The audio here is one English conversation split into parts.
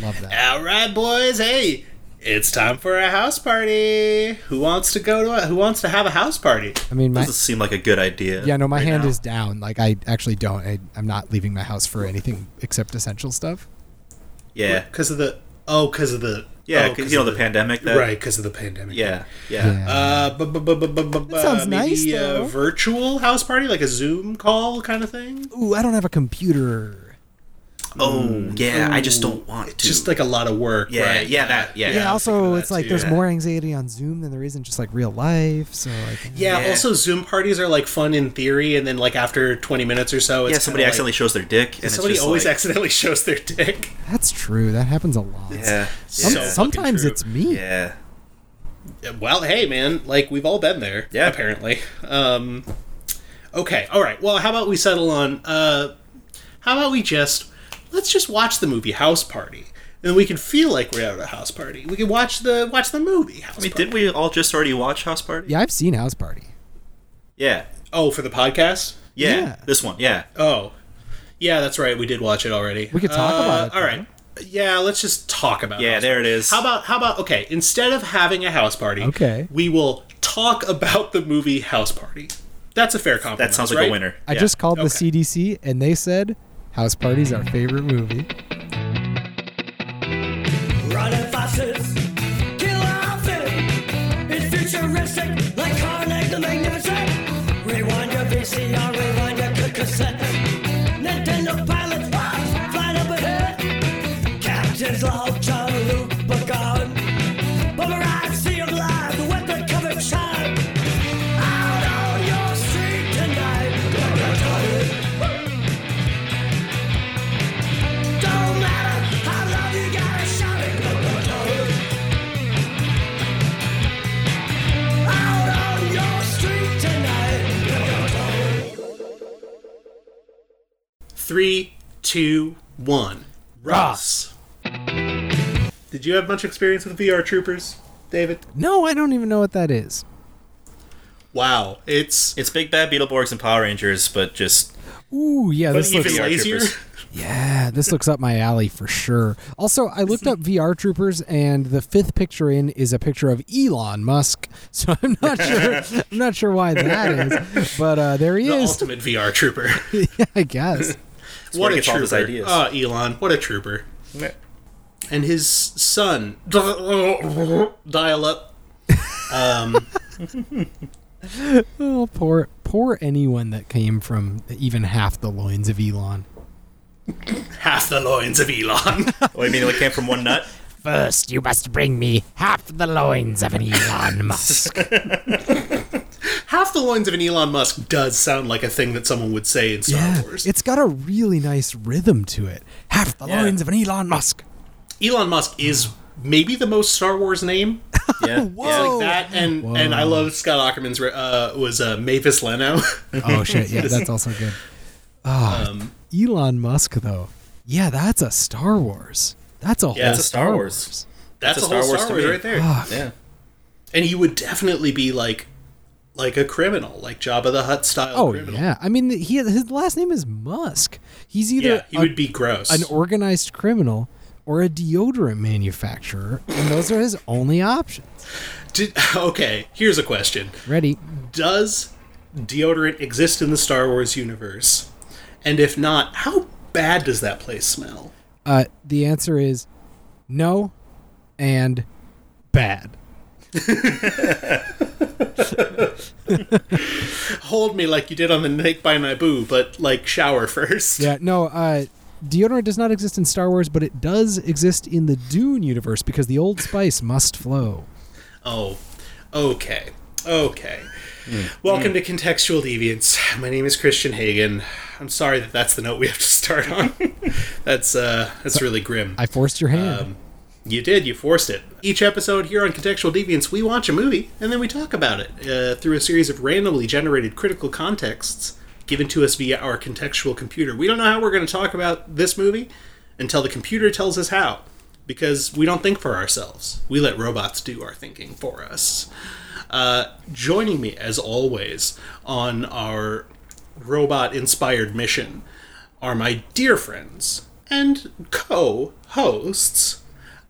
Love that. All right, boys. Hey, it's time for a house party. Who wants to go to? A, who wants to have a house party? I mean, my Doesn't seem like a good idea. yeah, no, my right hand now. is down. Like I actually don't. I, I'm not leaving my house for anything except essential stuff. Yeah, Because of the oh, because of the yeah, oh, because you know of the, pandemic. That, right? Because of the pandemic. Yeah, yeah. Uh, bu- bu- bu- bu- bu- bu- That sounds uh, nice, maybe though. a virtual house party, like a Zoom call kind of thing. Ooh, I don't have a computer. oh, yeah. I just don't want to. It's just like a lot of work. yeah, right? yeah, that, yeah. Yeah. also, that it's like too. there's more anxiety on Zoom than there is in just like real life. So like, Yeah, Yeah. Also, Zoom parties are like fun in theory, and then like after twenty minutes or so, it's yeah. Somebody kinda accidentally Like, shows their dick, and somebody it's just always like, accidentally shows their dick. that's true. That happens a lot. Yeah, Some, so yeah, some- sometimes true. it's me. yeah. Well, hey, man, like we've all been there. Yeah. apparently. Um, okay, all right. Well, how about we settle on? Uh, how about we just let's just watch the movie House Party, and we can feel like we're at a house party. We can watch the watch the movie House I mean, Party. did we all just already watch House Party? Yeah, I've seen House Party. Yeah. oh, for the podcast. Yeah. Yeah. This one. Yeah. Oh, yeah, that's right. We did watch it already. Uh, We could talk about it, All right. Yeah, let's just talk about. Yeah. house There it is. How about how about okay? Instead of having a house party, Okay. we will talk about the movie House Party. That's a fair compromise. that sounds like right? a winner. I Yeah. just called the Okay. CDC and they said House Party's our favorite movie. Running foxes, killer outfit. It's futuristic, like Carnegie the Magnificent. Rewind your VCR, rewind your ca- cassette. Nintendo pilots, wow, flying up ahead. Captains love John Luke Picard. Bubba Ride, see him live with the covered shot. Out on your street tonight, like a toilet. Don't matter how loud you gotta shout it. Out on your street tonight. Three, two, one. Ross. Did you have much experience with VR Troopers, David? No, I don't even know what that is. Wow, it's It's Big Bad Beetleborgs and Power Rangers, but just Ooh, yeah, but this even looks VR lazier. Troopers. yeah, this looks up my alley for sure. Also, I looked up VR Troopers and the fifth picture in is a picture of Elon Musk. So I'm not sure I'm not sure why that is, but uh there he The is. ultimate VR Trooper. I guess. where what he a gets all trooper! of his ideas. Ah, Elon, what a trooper! And his son, dial up. Oh, poor poor anyone that came from even half the loins of Elon. half the loins of Elon. What, oh, you mean it came from one nut? First, you must bring me half the loins of an Elon Musk. half the loins of an Elon Musk does sound like a thing that someone would say in Star yeah, Wars. it's got a really nice rhythm to it. Half the Yeah. loins of an Elon Musk. Elon Musk is maybe the most Star Wars name. Yeah. Whoa. Yeah. Like that, and Oh. Whoa. and I love Scott Ackerman's re- uh, was uh, Mavis Leno. Oh shit, yeah, that's also good. Ah, Um, Elon Musk though. Yeah, that's a Star Wars. That's a whole it's a Star Wars. That's, a a Star Star whole Wars Star to Wars me. right there. Fuck. Yeah. And he would definitely be like like a criminal, like Jabba the Hutt style. Oh criminal. yeah. I mean, he his last name is Musk. He's either yeah. He a- would be gross. an organized criminal or a deodorant manufacturer, and those are his only options. Did, okay, here's a question: Ready? Does deodorant exist in the Star Wars universe? And if not, how bad does that place smell? Uh, the answer is no and bad. Hold me like you did on the Nick by Naboo, but like shower first. Yeah, no, uh, deodorant does not exist in Star Wars, but it does exist in the Dune universe because the Old Spice must flow. Oh, okay. Okay. Hmm. Welcome to Contextual Deviance. My name is Christian Hagen. I'm sorry that that's the note we have to start on. that's uh that's really grim. I forced your hand. you did, you forced it. Each episode here on Contextual Deviance, we watch a movie and then we talk about it uh, through a series of randomly generated critical contexts given to us via our contextual computer. We don't know how we're going to talk about this movie until the computer tells us how, because we don't think for ourselves. We let robots do our thinking for us. Uh, joining me, as always, on our robot inspired mission are my dear friends, and co-hosts,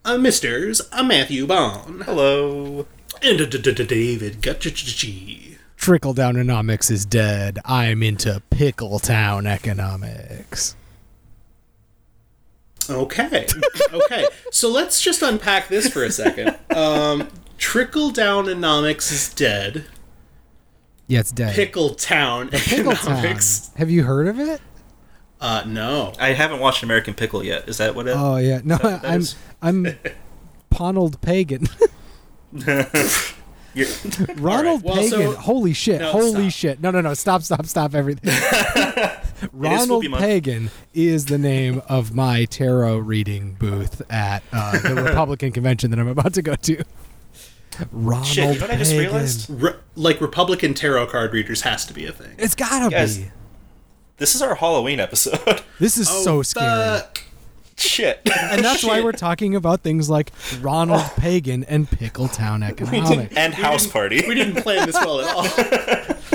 uh, Misters uh, Matthew Bond Hello. and uh, D- D- D- David Gutchich. Trickle down economics is dead. I'm into pickle town economics. Okay, okay. So let's just unpack this for a second. Um, trickle down economics is dead. Yeah, it's dead. Pickle Town Pickle town. economics. Have you heard of it? Uh, no. I haven't watched American Pickle yet. Is that what it? Oh yeah, no, That- that I'm is- I'm Ponald Pagan. You're- Ronald All right, well, Pagan. so- holy shit. No, holy stop. shit. No, no, no. Stop, stop, stop everything. Ronald Spoopy Month. Pagan is the name of my tarot reading booth at uh, the Republican convention that I'm about to go to. Ronald Shit, you know what I just Pagan. realized? Re- like Republican tarot card readers has to be a thing. It's gotta Guys, be. This is our Halloween episode. This is so scary. Fuck. Oh, Shit. Oh. And that's why shit. we're talking about things like Ronald Pagan and Pickletown economics. and house party. we didn't plan this well at all. uh,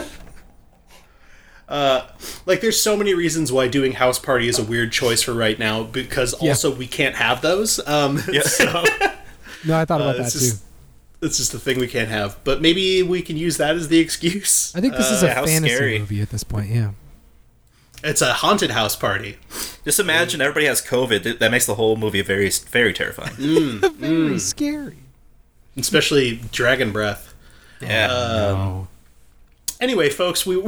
like, there's so many reasons why doing house party is a weird choice for right now because also we can't have those. Um, so No, I thought about that Uh, it's too. just it's just a thing we can't have. But maybe we can use that as the excuse. I think this is Uh, a how fantasy scary. movie at this point. Yeah. it's a haunted house party. Just imagine everybody has COVID. Th- That makes the whole movie very, very Mm-hmm. terrifying. Very Mm. scary. especially dragon breath. Yeah. Uh, Um, No. Anyway, folks, we, we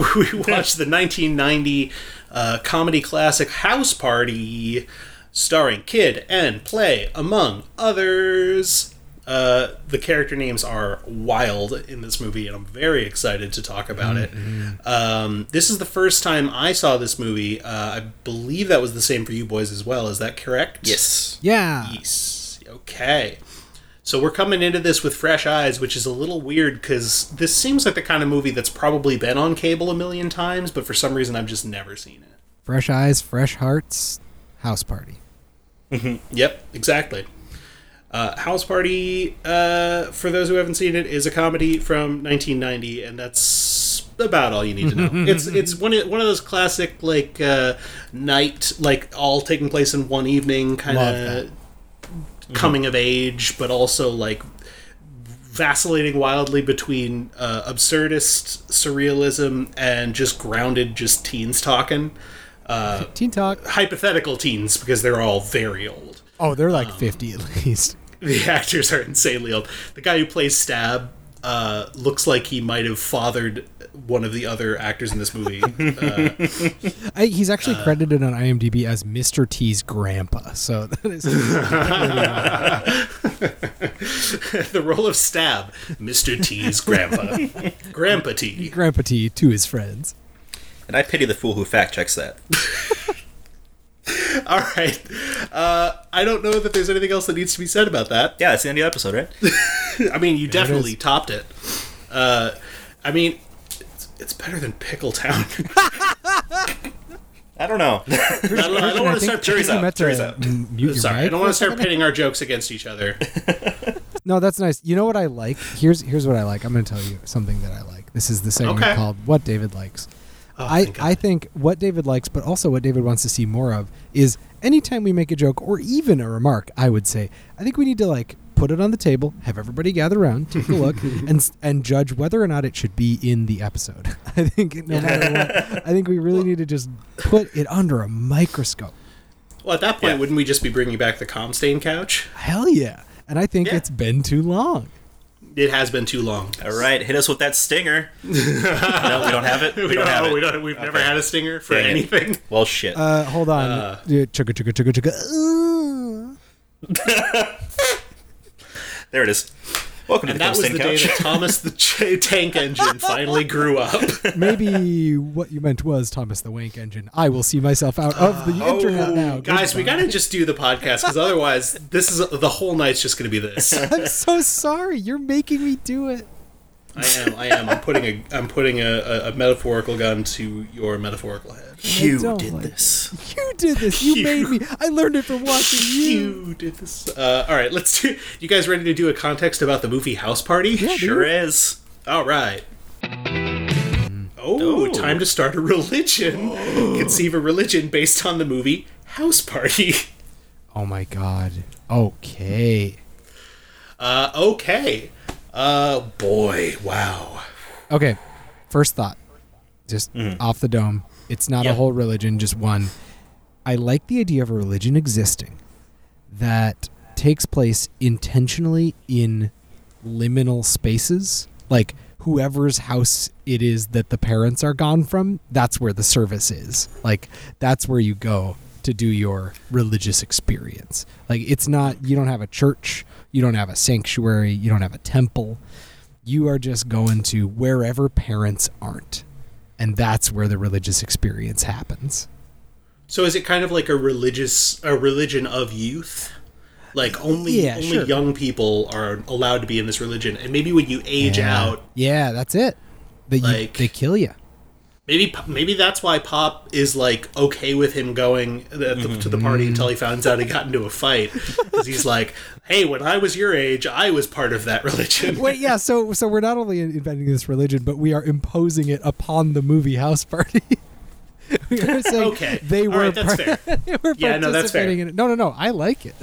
watched the 1990 uh, comedy classic House Party, starring Kid and Play, among others. Uh, the character names are wild in this movie, and I'm very excited to talk about it. Um, this is the first time I saw this movie. Uh, I believe that was the same for you boys as well. Is that correct? yes. Yeah. Yes. Okay. So we're coming into this with fresh eyes, which is a little weird because this seems like the kind of movie that's probably been on cable a million times, but for some reason I've just never seen it. Fresh eyes, fresh hearts, house party. Yep, exactly. Uh, House Party, uh, for those who haven't seen it, is a comedy from 1990, and that's about all you need to know. it's it's one of, one of those classic like uh, night, like all taking place in one evening kind Love that. Mm-hmm. of coming of age, but also like vacillating wildly between uh, absurdist surrealism and just grounded, just teens talking. Uh, Teen Talk. hypothetical teens because they're all very old. Oh, they're Um, like 50 at least. The actors are insanely old. The guy who plays Stab uh, looks like he might have fathered one of the other actors in this movie. Uh, I, he's actually credited on IMDb as Mr. T's grandpa. So that is the role of Stab, Mr. T's grandpa, Grandpa T. Grandpa T to his friends. And I pity the fool who fact checks that. All right. Uh, I don't know that there's anything else that needs to be said about that. Yeah, that's the end of the episode, right? I mean, you definitely is. topped it. Uh, I mean, it's, it's better than Pickle Town. I don't know. I don't, I don't want to start. jury's uh, you out, meant to jury's out. m- mute your Sorry, I mic don't for a want to start second. pitting our jokes against each other. No, that's nice. You know what I like? Here's here's what I like. I'm going to tell you something that I like. This is the segment Okay. Oh, called "What David Likes." I thank God. I think what David likes, but also what David wants to see more of, is anytime we make a joke or even a remark. I would say I think we need to like put it on the table, have everybody gather around, take a look, and s- and judge whether or not it should be in the episode. I think no matter what, I think we really need to just put it under a microscope. Well, at that point, Yeah. wouldn't we just be bringing back the Comstain couch? Hell yeah! And I think Yeah. it's been too long. It has been too long. All right, hit us with that stinger. no, we don't have it. We, We, don't, don't, have it. we don't, we've never had a stinger for Dang it. anything. Well, shit. Uh, hold on. Yeah, chugga chugga chugga chugga. Uh. there it is. Welcome to And the that was Comstein the day Couch. that Thomas the Ch- Tank Engine finally grew up. Maybe what you meant was Thomas the Wank Engine. I will see myself out of the internet now. Guys, we Goodbye. gotta just do the podcast because otherwise, this is the whole night's just gonna be this. I'm so sorry. You're making me do it. I am. I am. I'm putting a. I'm putting a, a, a metaphorical gun to your metaphorical head. you don't did like- this. You did this. You, You. made me. I learned it from watching you. You did this. Uh, all right, let's do. You guys ready to do a context about the movie House Party? Yeah, dude. Sure is. All right. Oh, Oh. time to start a religion. Conceive a religion based on the movie House Party. Oh my god. Okay. Uh, okay. Uh, boy, wow. Okay. First thought, just off the dome. It's not a Yeah. whole religion, just one. I like the idea of a religion existing that takes place intentionally in liminal spaces. Like whoever's house it is that the parents are gone from, that's where the service is. Like that's where you go to do your religious experience. Like it's not you don't have a church, you don't have a sanctuary, you don't have a temple you are just going to wherever parents aren't and that's where the religious experience happens So is it kind of like a religious, a religion of youth? Like only Yeah, only sure. young people are allowed to be in this religion, and maybe when you age out, yeah that's it they, you- Like- they kill you maybe maybe that's why Pop is like okay with him going at the, to the party until he finds out he got into a fight because he's like, hey, when I was your age, I was part of that religion. wait yeah so so we're not only inventing this religion but we are imposing it upon the movie house party we are saying Okay. they All were, right, that's par- fair. they were Yeah, no, that's fair. participating in it no no no i like it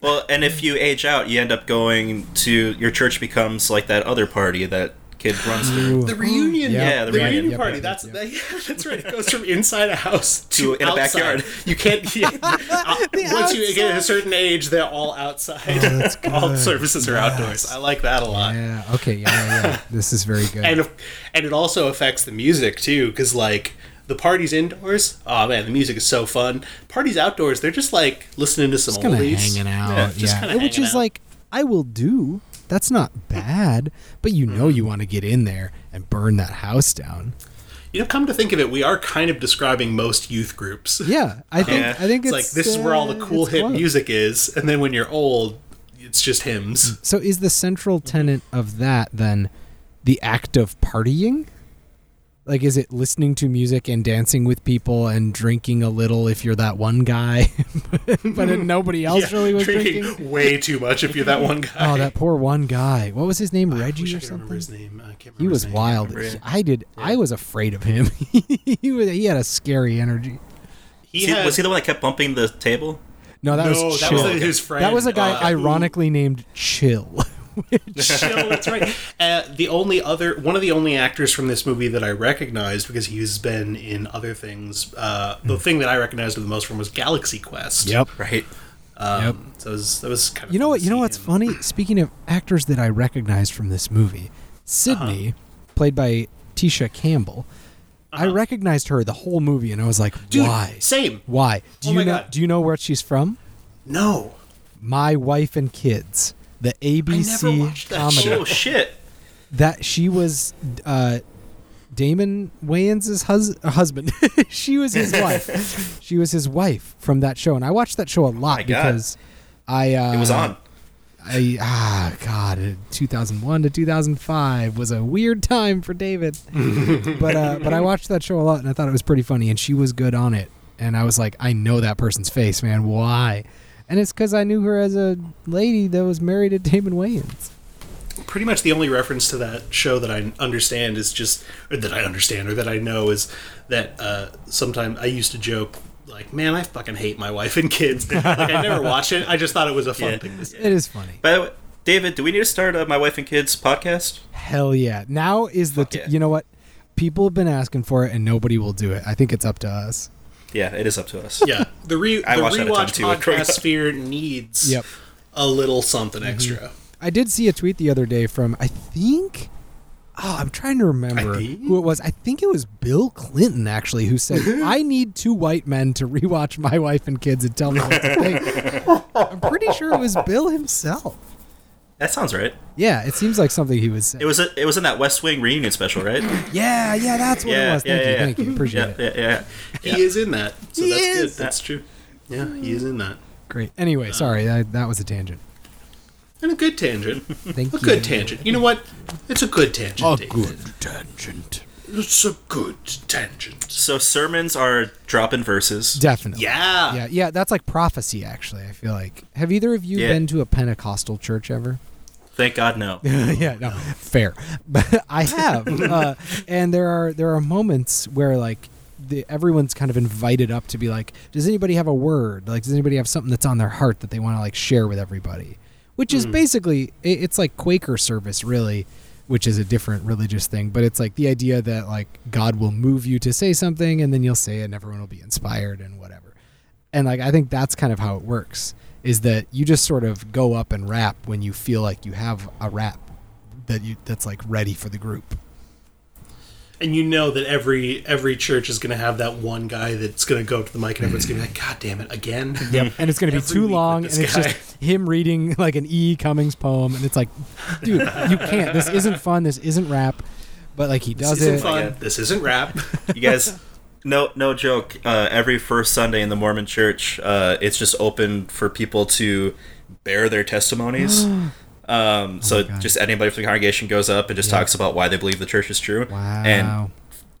Well, and if you age out, you end up going to your church becomes like that other party that kid runs through. The reunion, Yeah. Yeah, the, the reunion, reunion. party. Yep, yep, that's yeah, that's right. It goes from inside a house to, To in a outside. backyard. You can't. Yeah, Uh, once you get a certain age, they're all outside. all services are outdoors. I like that a lot. yeah okay yeah yeah, yeah. this is very good And and it also affects the music too, because like the party's indoors. Oh man, the music is so fun. Parties outdoors, they're just like listening to some just old kind of oldies. hanging out. Yeah, just yeah. kinda which hanging is out. like I will do. That's not bad, but you know Mm-hmm. you want to get in there and burn that house down. You know, come to think of it, we are kind of describing most youth groups. Yeah, I think Yeah. I think It's it's, like this is where all the uh, cool it's hip close. music is, and then when you're old, it's just hymns. So is the central Mm-hmm. tenet of that then the act of partying? Like is it listening to music and dancing with people and drinking a little if you're that one guy, but then nobody else Mm-hmm. Yeah, really was drinking, drinking? way too much if you're that one guy. Oh, that poor one guy. What was his name? I Reggie wish I or could remember something? his name. I can't remember He his was name. wild. remember it. I did. I was afraid of him. he was, he had a scary energy. He See, had, was he the one that kept bumping the table? No, that No, was that chill. was his friend, That was a guy uh, who- ironically named Chill. Chill, that's right. Uh, the only other one of the only actors from this movie that I recognized because he's been in other things. Uh, Hmm. the thing that I recognized him the most from was Galaxy Quest. Right. Um, So it was, that was kind of You know fun what? to You know see what's him. funny? Speaking of actors that I recognized from this movie, Sydney, Uh-huh. played by Tisha Campbell. I recognized her the whole movie, and I was like, Dude, "Why? Same. Why? Do Oh you my know? God. Do you know where she's from? No. My wife and kids, the ABC watched that comedy. show. Oh shit. that she was uh, Damon Wayans' hus- uh, husband. she was his wife. She was his wife from that show, and I watched that show a lot Oh my God. because I uh, It was on. I ah God, 2001 to 2005 was a weird time for David, but uh, but I watched that show a lot, and I thought it was pretty funny, and she was good on it, and I was like, I know that person's face, man. Why? And it's because I knew her as a lady that was married to Damon Wayans. pretty much the only reference to that show that I understand is just, or that I understand, or that I know is that uh, sometimes I used to joke like, "Man, I fucking hate my wife and kids." like, I never watched it. I just thought it was a fun Yeah. thing. To say. It is funny. By the way, David, do we need to start uh, my wife and kids podcast? Hell yeah. Now is the t- yeah. you know what? People have been asking for it and nobody will do it. I think it's up to us. Yeah, it is up to us. Yeah, the re I the watched that a ton, rewatch too, growing podcast up. sphere needs Yep. Mm-hmm. a little something extra. I did see a tweet the other day from I think Oh, I'm trying to remember I think- who it was. I think it was Bill Clinton actually who said, "I need two white men to rewatch my wife and kids and tell me what to think." I'm pretty sure it was Bill himself. That sounds right. Yeah, it seems like something he was. It was a, it was in that West Wing reunion special, right? yeah, yeah, that's what it Yeah, was. Thank yeah, you, yeah. thank you, appreciate yeah, it. yeah, yeah. He is in that, so He that's is! good. That's true. Yeah, he is in that, Great. Anyway, sorry, that, that was a tangent. and a good tangent. Thank A you. good tangent. You know what? It's a good tangent. David. tangent. It's a good tangent. So sermons are dropping verses. Definitely. Yeah. Yeah, yeah, that's like prophecy actually, I feel like. Have either of you Yeah. been to a Pentecostal church ever? Thank God, no. yeah, no. Fair. But I have. uh, and there are there are moments where like the, everyone's kind of invited up to be like, does anybody have a word? Like, does anybody have something that's on their heart that they want to like share with everybody? Which is basically it, it's like Quaker service, really, which is a different religious thing. But it's like the idea that like God will move you to say something, and then you'll say it, and everyone will be inspired and whatever and like I think that's kind of how it works is that you just sort of go up and rap when you feel like you have a rap that you that's like ready for the group. And you know that every every church is going to have that one guy that's going to go up to the mic and everyone's going to be like, "God damn it, again!" And it's going to be Every too week with long and this it's guy. just him reading like an E Cummings poem and it's like dude, you can't. This isn't fun. This isn't rap. But like he does This isn't it. fun. Yeah. This isn't rap. You guys, no, no joke. Uh, every first Sunday in the Mormon Church, uh, it's just open for people to bear their testimonies. Um, so Oh God. just anybody from the congregation goes up and just Yeah. talks about why they believe the church is true. Wow. And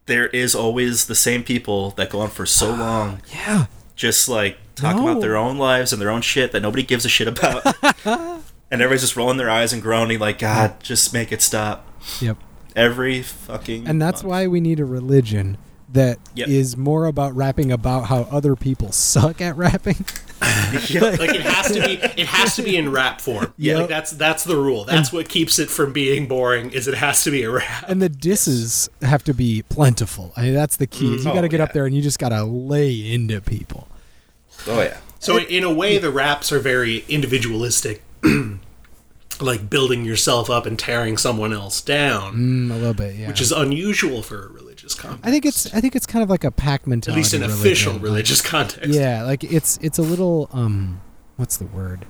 there is always the same people that go on for so long, yeah. just like talking No. about their own lives and their own shit that nobody gives a shit about. and everybody's just rolling their eyes and groaning like, God, just make it stop. Yep. Every fucking And that's month. why we need a religion that is Yep. more about rapping about how other people suck at rapping. like it has to be it has to be in rap form. Yeah. Like that's that's the rule. That's what keeps it from being boring is it has to be a rap. and the disses have to be plentiful. I mean, that's the key. is You Oh, got to get up yeah. there and you just got to lay into people. Oh yeah. So in a way the raps are very individualistic. like building yourself up and tearing someone else down, Mm, a little bit, yeah. which is unusual for a religious context. I think it's I think it's kind of like a pack at mentality. least an religion. official Like, religious context. Yeah, like it's it's a little um, what's the word?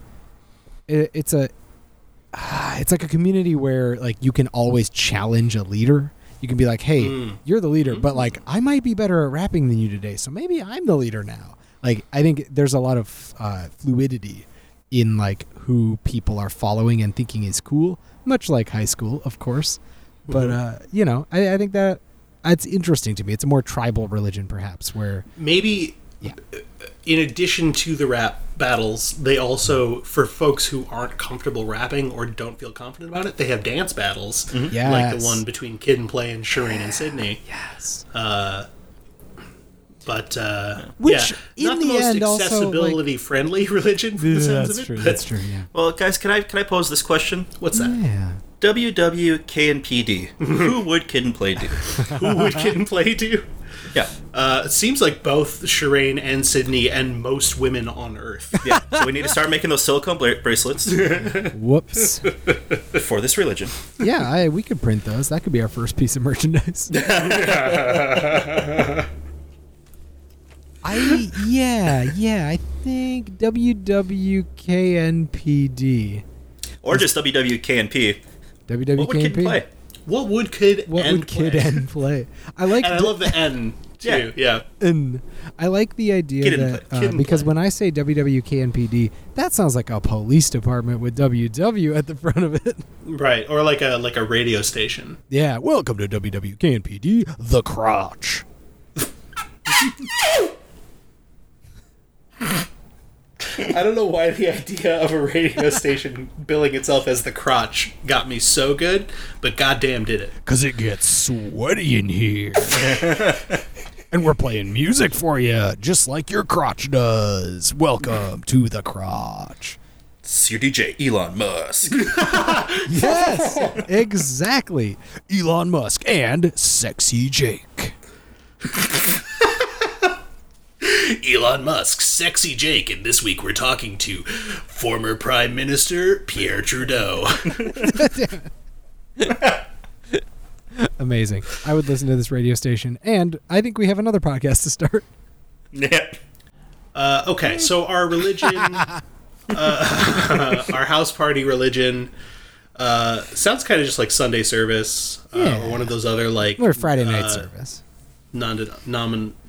It, it's a ah, it's like a community where like you can always challenge a leader. You can be like, hey, you're the leader, but like I might be better at rapping than you today, so maybe I'm the leader now. Like I think there's a lot of uh, fluidity in like who people are following and thinking is cool, much like high school, of course. But uh, you know, I, I think that it's interesting to me. It's a more tribal religion, perhaps, where Maybe uh, Yeah. in addition to the rap battles, they also for folks who aren't comfortable rapping or don't feel confident about it, they have dance battles. Like Mm-hmm. Yes. the one between Kid and Play and Shireen and Sydney. yes. But uh Which, yeah, not in the, the most end, also, like- accessibility friendly religion for the sounds of it. but true. Yeah. Well, guys, can I can I pose this question? What's that? Yeah. WWKNPD. Who would Kid and Play do? Who would Kid and Play do? Yeah, Uh, it seems like both Shireen and Sydney and most women on earth. yeah. So we need to start making those silicone bla- bracelets Whoops. for this religion. yeah, I, we could print those. That could be our first piece of merchandise. I yeah yeah I think WWKNPD Or just WWKNP. What would Kid and Play? WWKNP What would Kid what and would kid Play? and play I like And I d- love the N too. Yeah. and I like the idea Kid and that play. uh, Kid and because play. when I say WWKNPD that sounds like a police department with WW at the front of it Right. Or like a like a radio station. Yeah, welcome to WWKNPD, The Crotch. I don't know why the idea of a radio station billing itself as the crotch got me so good, but goddamn did it. Because it gets sweaty in here. and we're playing music for you, just like your crotch does. Welcome to The Crotch. It's your DJ Elon Musk. Yes, exactly. Elon Musk and Sexy Jake. Elon Musk, sexy Jake, and this week we're talking to former Prime Minister Pierre Trudeau. Amazing. I would listen to this radio station, and I think we have another podcast to start. yeah. Uh, okay, so our religion, uh, our house party religion, uh, sounds kind of just like Sunday service uh, Yeah. or one of those other like Or Friday night uh, service. non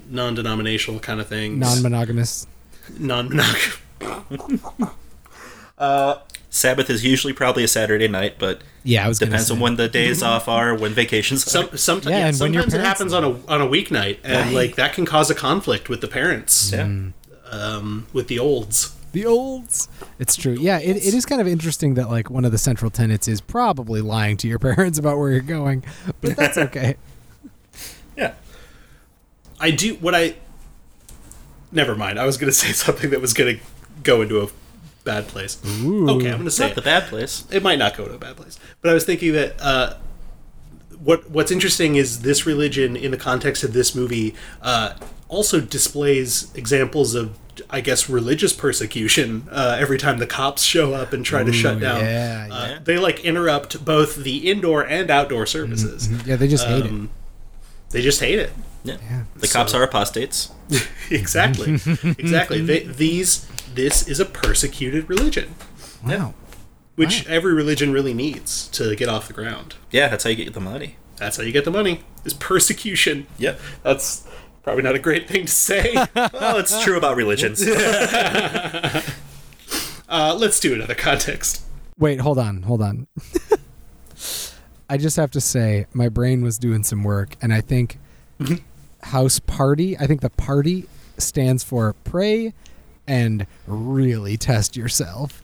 non-denominational kind of things. Non monogamous. non-monog- Sabbath is usually probably a Saturday night, but Yeah, I was gonna depends say. on when the days off are, when vacations. are. Some, sometimes Yeah, yeah, and when your sometimes it parents- happens on a on a weeknight, and like that can cause a conflict with the parents, Yeah. Mm. um, with the olds. the olds. It's true. Yeah, it, it is kind of interesting that like one of the central tenets is probably lying to your parents about where you're going, but that's okay. yeah. I do what I. Never mind. I was going to say something that was going to go into a bad place. Okay, I'm going to say Not it. the bad place. it might not go to a bad place. But I was thinking that uh, what what's interesting is this religion in the context of this movie uh, also displays examples of. I guess religious persecution. Uh, every time the cops show up and try to shut down, yeah, uh, yeah. they like interrupt both the indoor and outdoor services. Mm-hmm. Yeah, they just hate Um, They just hate it. Yeah. Yeah. The cops are apostates. exactly, exactly. They, these this is a persecuted religion, it. Wow. which Wow. every religion really needs to get off the ground. Yeah, that's how you get the money. That's how you get the money is persecution. Yep. That's probably not a great thing to say. Well, Oh, it's true about religions. uh, let's do another context. Wait, hold on, hold on. I just have to say, my brain was doing some work, and I think Mm-hmm. house party, I think the party stands for pray and really test yourself.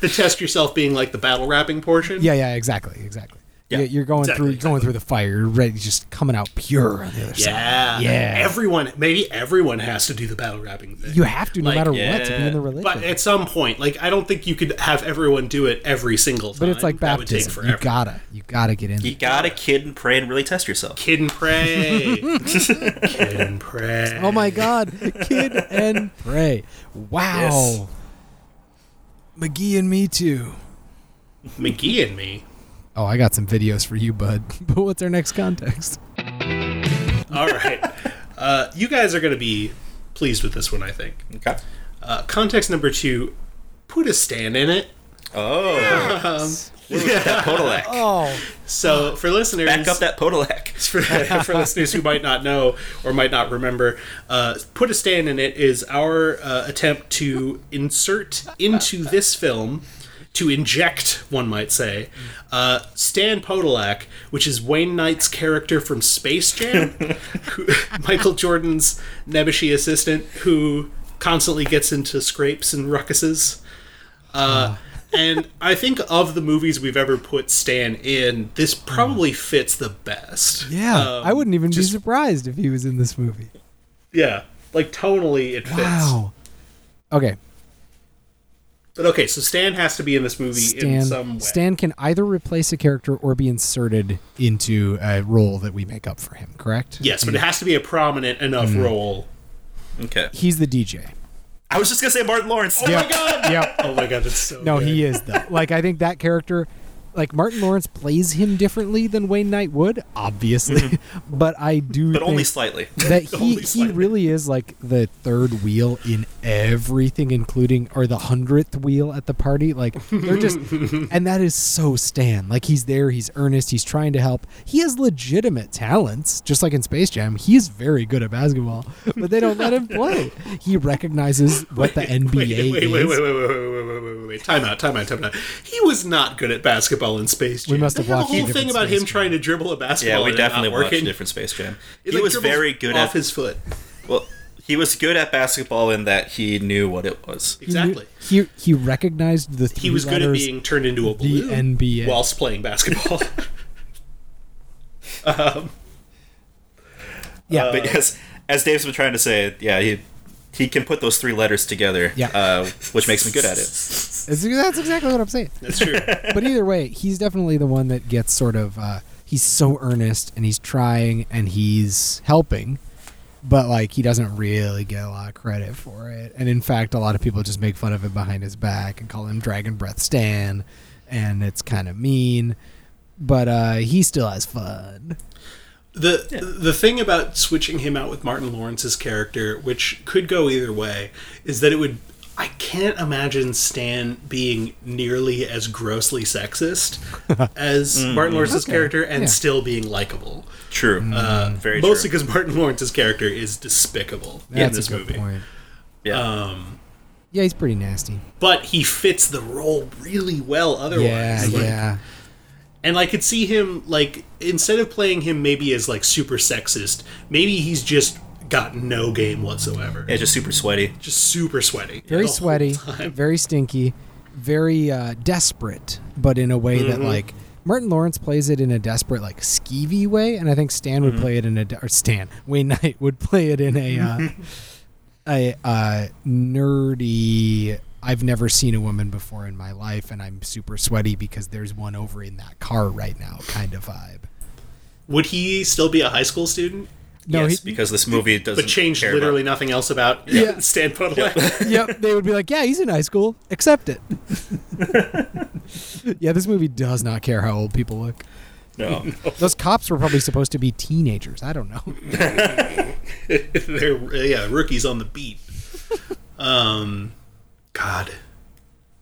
The test yourself being like the battle rapping portion. Yeah, yeah, exactly, exactly. Yeah, Yeah, you're going Mm-hmm. exactly, through, going through the fire, you're ready, just coming out pure on the other side. Yeah. Yeah. Everyone, maybe everyone has to do the battle rapping thing. You have to, no Like, matter what, to be yeah. in the religion. but at some point, like I don't think you could have everyone do it every single time. But it's like that would take baptism. You forever. gotta, you gotta get in. You gotta kid and pray and really test yourself. Kid and pray. Kid and pray. Oh my God, Kid and Pray! Wow, McGee and me too. McGee and me. Oh, I got some videos for you, bud. But what's our next context? All right. Uh, you guys are going to be pleased with this one, I think. Okay. Uh, context number two put a stand in it. Oh. Where was that Podolak? Oh, So for listeners, Back up that Podolak. for, for listeners who might not know or might not remember, uh, put a stand in it is our uh, attempt to insert into this film, to inject, one might say, uh, Stan Podolak, which is Wayne Knight's character from Space Jam, who, Michael Jordan's Nebuchadnezzar assistant, who constantly gets into scrapes and ruckuses. Uh, Ah. and I think of the movies we've ever put Stan in, this probably fits the best. Ah. yeah. Um, I wouldn't even just- be surprised if he was in this movie. Yeah, like tonally it fits. Wow. Okay, But okay, so Stan has to be in this movie in some way. Stan. Stan can either replace a character or be inserted into a role that we make up for him. Correct? yes, but it has to be a prominent enough Mm. role. Okay. He's the DJ. I was just gonna say Martin Lawrence. Oh my God. Yep. Oh my god, that's so. No, good. he is though. Like I think that character, like Martin Lawrence plays him differently than Wayne Knight would, obviously. Mm-hmm. but I do But only think slightly. that he only he slightly. really is like the third wheel in everything, including or the hundredth wheel at the party. Like they're just, and that is so Stan. Like he's there, he's earnest, he's trying to help. He has legitimate talents, just like in Space Jam. He's very good at basketball, but they don't let him play. He recognizes what the NBA Wait, wait, wait, is. wait, wait, wait, wait, wait, wait, wait, wait, wait, wait. Time out, time out, time out. He was not good at basketball in Space Jam. We must They have had a watched a whole different thing about Space Jam. him trying to dribble a basketball. Yeah, we and it not definitely watched working. a different Space Jam. It, he like, was dribbles very good off at his foot. well, he was good at basketball in that he knew what it was. He knew- Exactly. He he, recognized the three He was good at letters. being turned into a the balloon NBA. whilst playing basketball. yeah, uh, But yes, as Dave's been trying to say, yeah, he he can put those three letters together, Yeah. uh, which makes him good at it. that's that's exactly what I'm saying. That's true. but either way, he's definitely the one that gets sort of. Uh, he's so earnest and he's trying and he's helping, but like he doesn't really get a lot of credit for it. And in fact, a lot of people just make fun of him behind his back and call him Dragon Breath Stan, and it's kind of mean. But uh, he still has fun. the the thing about switching him out with Martin Lawrence's character, which could go either way, is that it would. I can't imagine Stan being nearly as grossly sexist as Mm. Martin Lawrence's character and Yeah. still being likable. True. Uh, very Mostly true. because Martin Lawrence's character is despicable in That's this a good movie. point. Yeah. Yeah, he's pretty nasty. But he fits the role really well Yeah, otherwise. Like, yeah. And I could see him like instead of playing him maybe as like super sexist, maybe he's just got no game whatsoever. yeah, just super sweaty. just super sweaty. very the whole sweaty, time. Mm-hmm. very stinky, very uh, desperate, but in a way that like Martin Lawrence plays it in a desperate, like skeevy way, and I think Stan Mm-hmm. would play it in a de- or Stan Wayne Knight would play it in a uh, a uh, nerdy. I've never seen a woman before in my life, and I'm super sweaty because there's one over in that car right now, kind of vibe. Would he still be a high school student? No, yes, he, because this movie doesn't But changed care literally about- nothing else about Yeah. Stan Pudlak. yep, they would be like, "Yeah, he's in high school. Accept it." yeah, this movie does not care how old people look. no. Those cops were probably supposed to be teenagers. I don't know. They're uh, yeah, rookies on the beat. Um, God,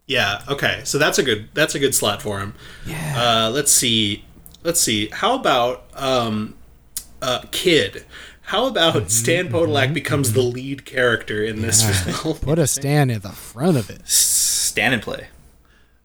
yeah. Okay, so that's a good that's a good slot for him. Yeah. Uh, let's see. Let's see. How about um, uh, kid? How about Stan Mm-hmm. Podolak becomes the lead character in this film? Put a stand at the front of it. Stand and play.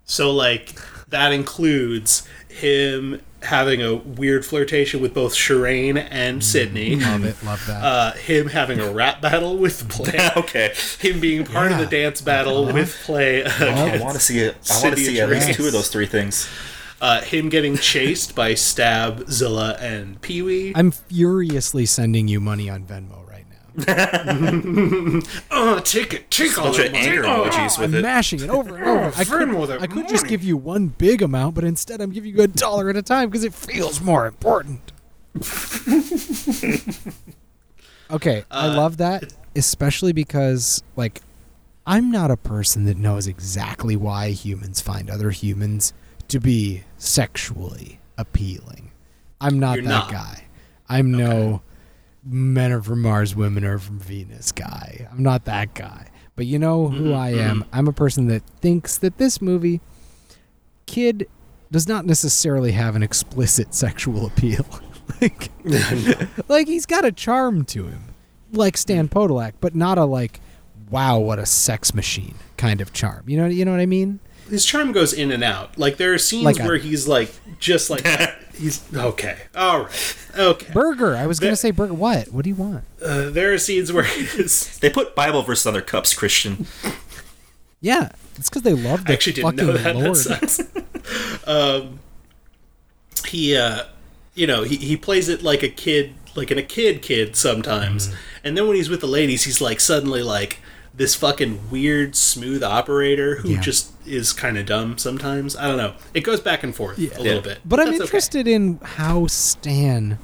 So like that includes him having a weird flirtation with both Shireen and Sydney. Mm, Love it. Love that. Uh, him having a rap battle with Blaine. Okay. him being part of the Yeah. dance battle with play uh, Oh, I against, want to see it. I want to City see at least address. two of those three things. uh, him getting chased by stab zilla and pee-wee I'm furiously sending you money on Venmo right now. oh take it take all Bunch of that money. anger Oh, emojis with I'm it. mashing it over and over. I could, Venmo that I could just money. give you one big amount, but instead I'm giving you a dollar at a time because it feels more important. okay, Uh, I love that, especially because like I'm not a person that knows exactly why humans find other humans to be sexually appealing. I'm not You're that not. guy. I'm no men are from Mars, women are from Venus guy. I'm not that guy. But you know who I am? I'm a person that thinks that this movie, Kid, does not necessarily have an explicit sexual appeal. like, like, he's got a charm to him, like Stan Podolak, but not a, like, wow, what a sex machine kind of charm. You know, you know what I mean? his charm goes in and out like there are scenes Like a- where he's like just like he's okay all right okay Burger. I was going There- to say burger. What? What do you want? uh, there are scenes where he's They put Bible verses on their cups, Christian. Yeah. It's because they love the actually fucking didn't know that. Lord. That sucks. um, he, uh, you know, he, he plays it like a kid, like in a kid kid sometimes. Mm-hmm. And then when he's with the ladies, he's like suddenly like this fucking weird smooth operator who Yeah. just is kind of dumb sometimes. I don't know. It goes back and forth a Yeah. little bit. But I'm That's okay. interested in how Stan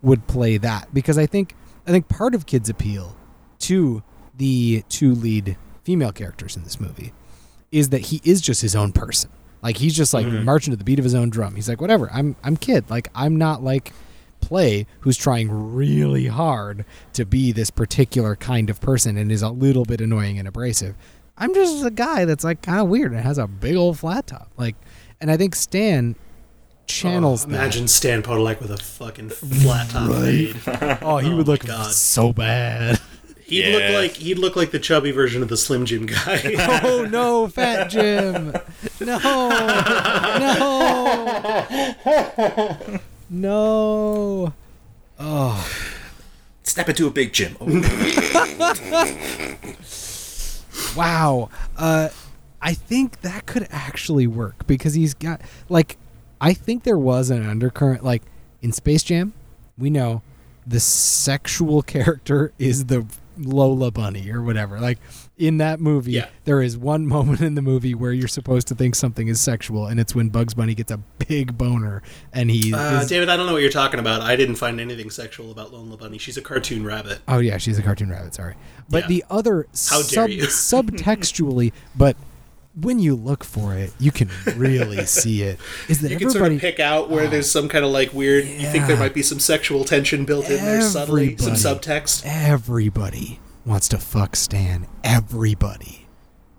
would play that because I think I think part of Kid's appeal to the two lead female characters in this movie is that he is just his own person. Like he's just like Mm-hmm. marching to the beat of his own drum. He's like, whatever. I'm I'm Kid. Like I'm not like play who's trying really hard to be this particular kind of person and is a little bit annoying and abrasive. I'm just a guy that's like kind of weird and has a big old flat top. Like, and I think Stan channels that. Oh, Imagine Stan Podolak with a fucking flat top fade. Oh, he would look God. so bad. He'd Yeah. look like he'd look like the chubby version of the Slim Jim guy. Oh no, Fat Jim! No, no, no. Snap into a big gym. Oh, Wow. Uh, I think that could actually work because he's got like I think there was an undercurrent like in Space Jam. We know the sexual character is the Lola Bunny or whatever. Like in that movie, Yeah. there is one moment in the movie where you're supposed to think something is sexual, and it's when Bugs Bunny gets a big boner and he Uh, is- David, I don't know what you're talking about. I didn't find anything sexual about Lone Bunny. She's a cartoon rabbit. Oh yeah, she's a cartoon rabbit. Sorry, but Yeah. the other How sub- dare you. subtextually, but when you look for it, you can really see it. Is that You can sort everybody? of pick out where there's some kind of like weird. You think there Yeah. might be some sexual tension built in there subtly, some Everybody. subtext. everybody wants to fuck Stan. Everybody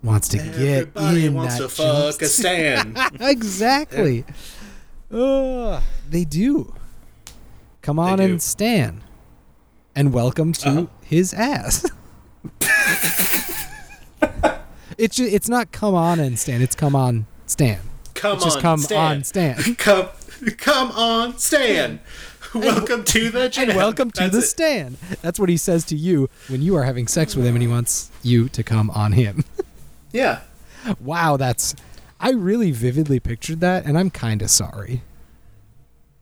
wants to Everybody get in wants that to fuck a juice. Stan. exactly. Ugh, they do. Come on They do. and Stan, and welcome to Uh-huh. his ass. it's ju- it's not come on and Stan. It's come on Stan. Come It's just on, come Stan. on Stan. Come, come on, Stan. Welcome to the gym. And welcome to That's the it. Stan. That's what he says to you when you are having sex with him, and he wants you to come on him. Yeah. wow, that's. I really vividly pictured that, and I'm kind of sorry.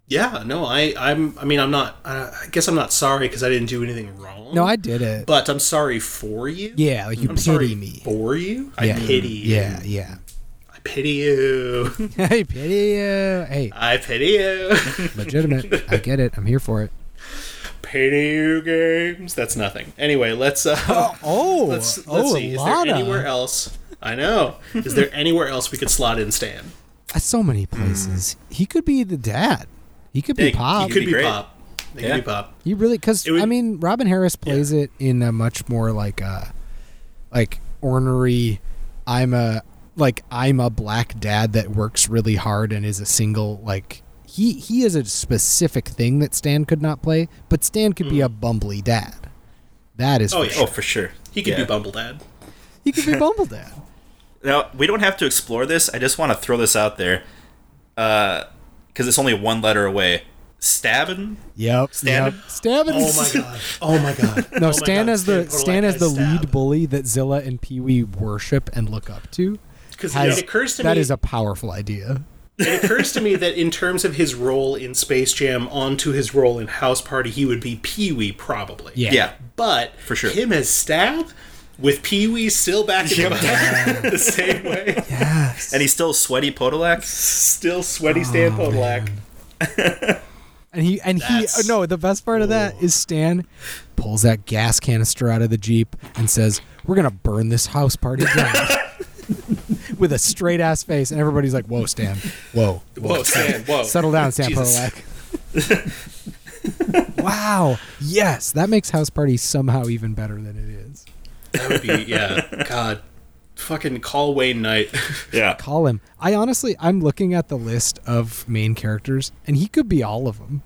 yeah, no, I, I'm. I mean, I'm not. Uh, I guess I'm not sorry because I didn't do anything wrong. No, I did it. Mm. But I'm sorry for you. yeah, like you I'm pity sorry me. for you. I yeah. pity you. Yeah, yeah. I pity you. Hey, pity you. Hey, I pity you. legitimate. I get it. I'm here for it. pity you games. That's nothing. Anyway, let's. Uh, Oh, let's, let's see. Is there anywhere else? I know. Is there anywhere else we could slot in Stan? so many places. He could be the dad. He could be Yeah, he Pop. It He, could be be great. Pop. It Yeah. could be Pop. really because It would- I mean Robin Harris plays it in a much more like a like ornery. I'm a like I'm a black dad that works really hard and is a single like he he is a specific thing that Stan could not play, but Stan could be a bumbly dad. That is Hmm. Oh, for yeah. sure. Oh, for sure. He could Yeah. be Bumble Dad. he could be bumble dad. Now we don't have to explore this. I just want to throw this out there, because it's only one letter away. Stabbing. Yep. Stan- Yep. Stabbin. Oh my god. Oh my god. No, Oh my Stan God, as the totally Stan as got the stabbed. lead bully that Zilla and Pee Wee worship and look up to. 'Cause has- it occurs to that me is a powerful idea. it occurs to me that in terms of his role in Space Jam onto his role in House Party, he would be Pee Wee probably. Yeah. Yeah. But For sure. him as Stab with Pee Wee still backing him up the same way. Yes. And he's still sweaty Podolak. Still Oh, sweaty Stan Podolak. And he and he That's- no, the best part of that is Stan pulls that gas canister out of the Jeep and says, "We're going to burn this house party down." With a straight ass face and everybody's like, "Whoa, Stan. Whoa. Whoa, Stan, whoa. Settle down, Stan Jesus. Podolak." wow. Yes, that makes House Party somehow even better than it is. That would be yeah. God. Fucking call Wayne Knight. Yeah. call him. I honestly, I'm looking at the list of main characters, and he could be all of them.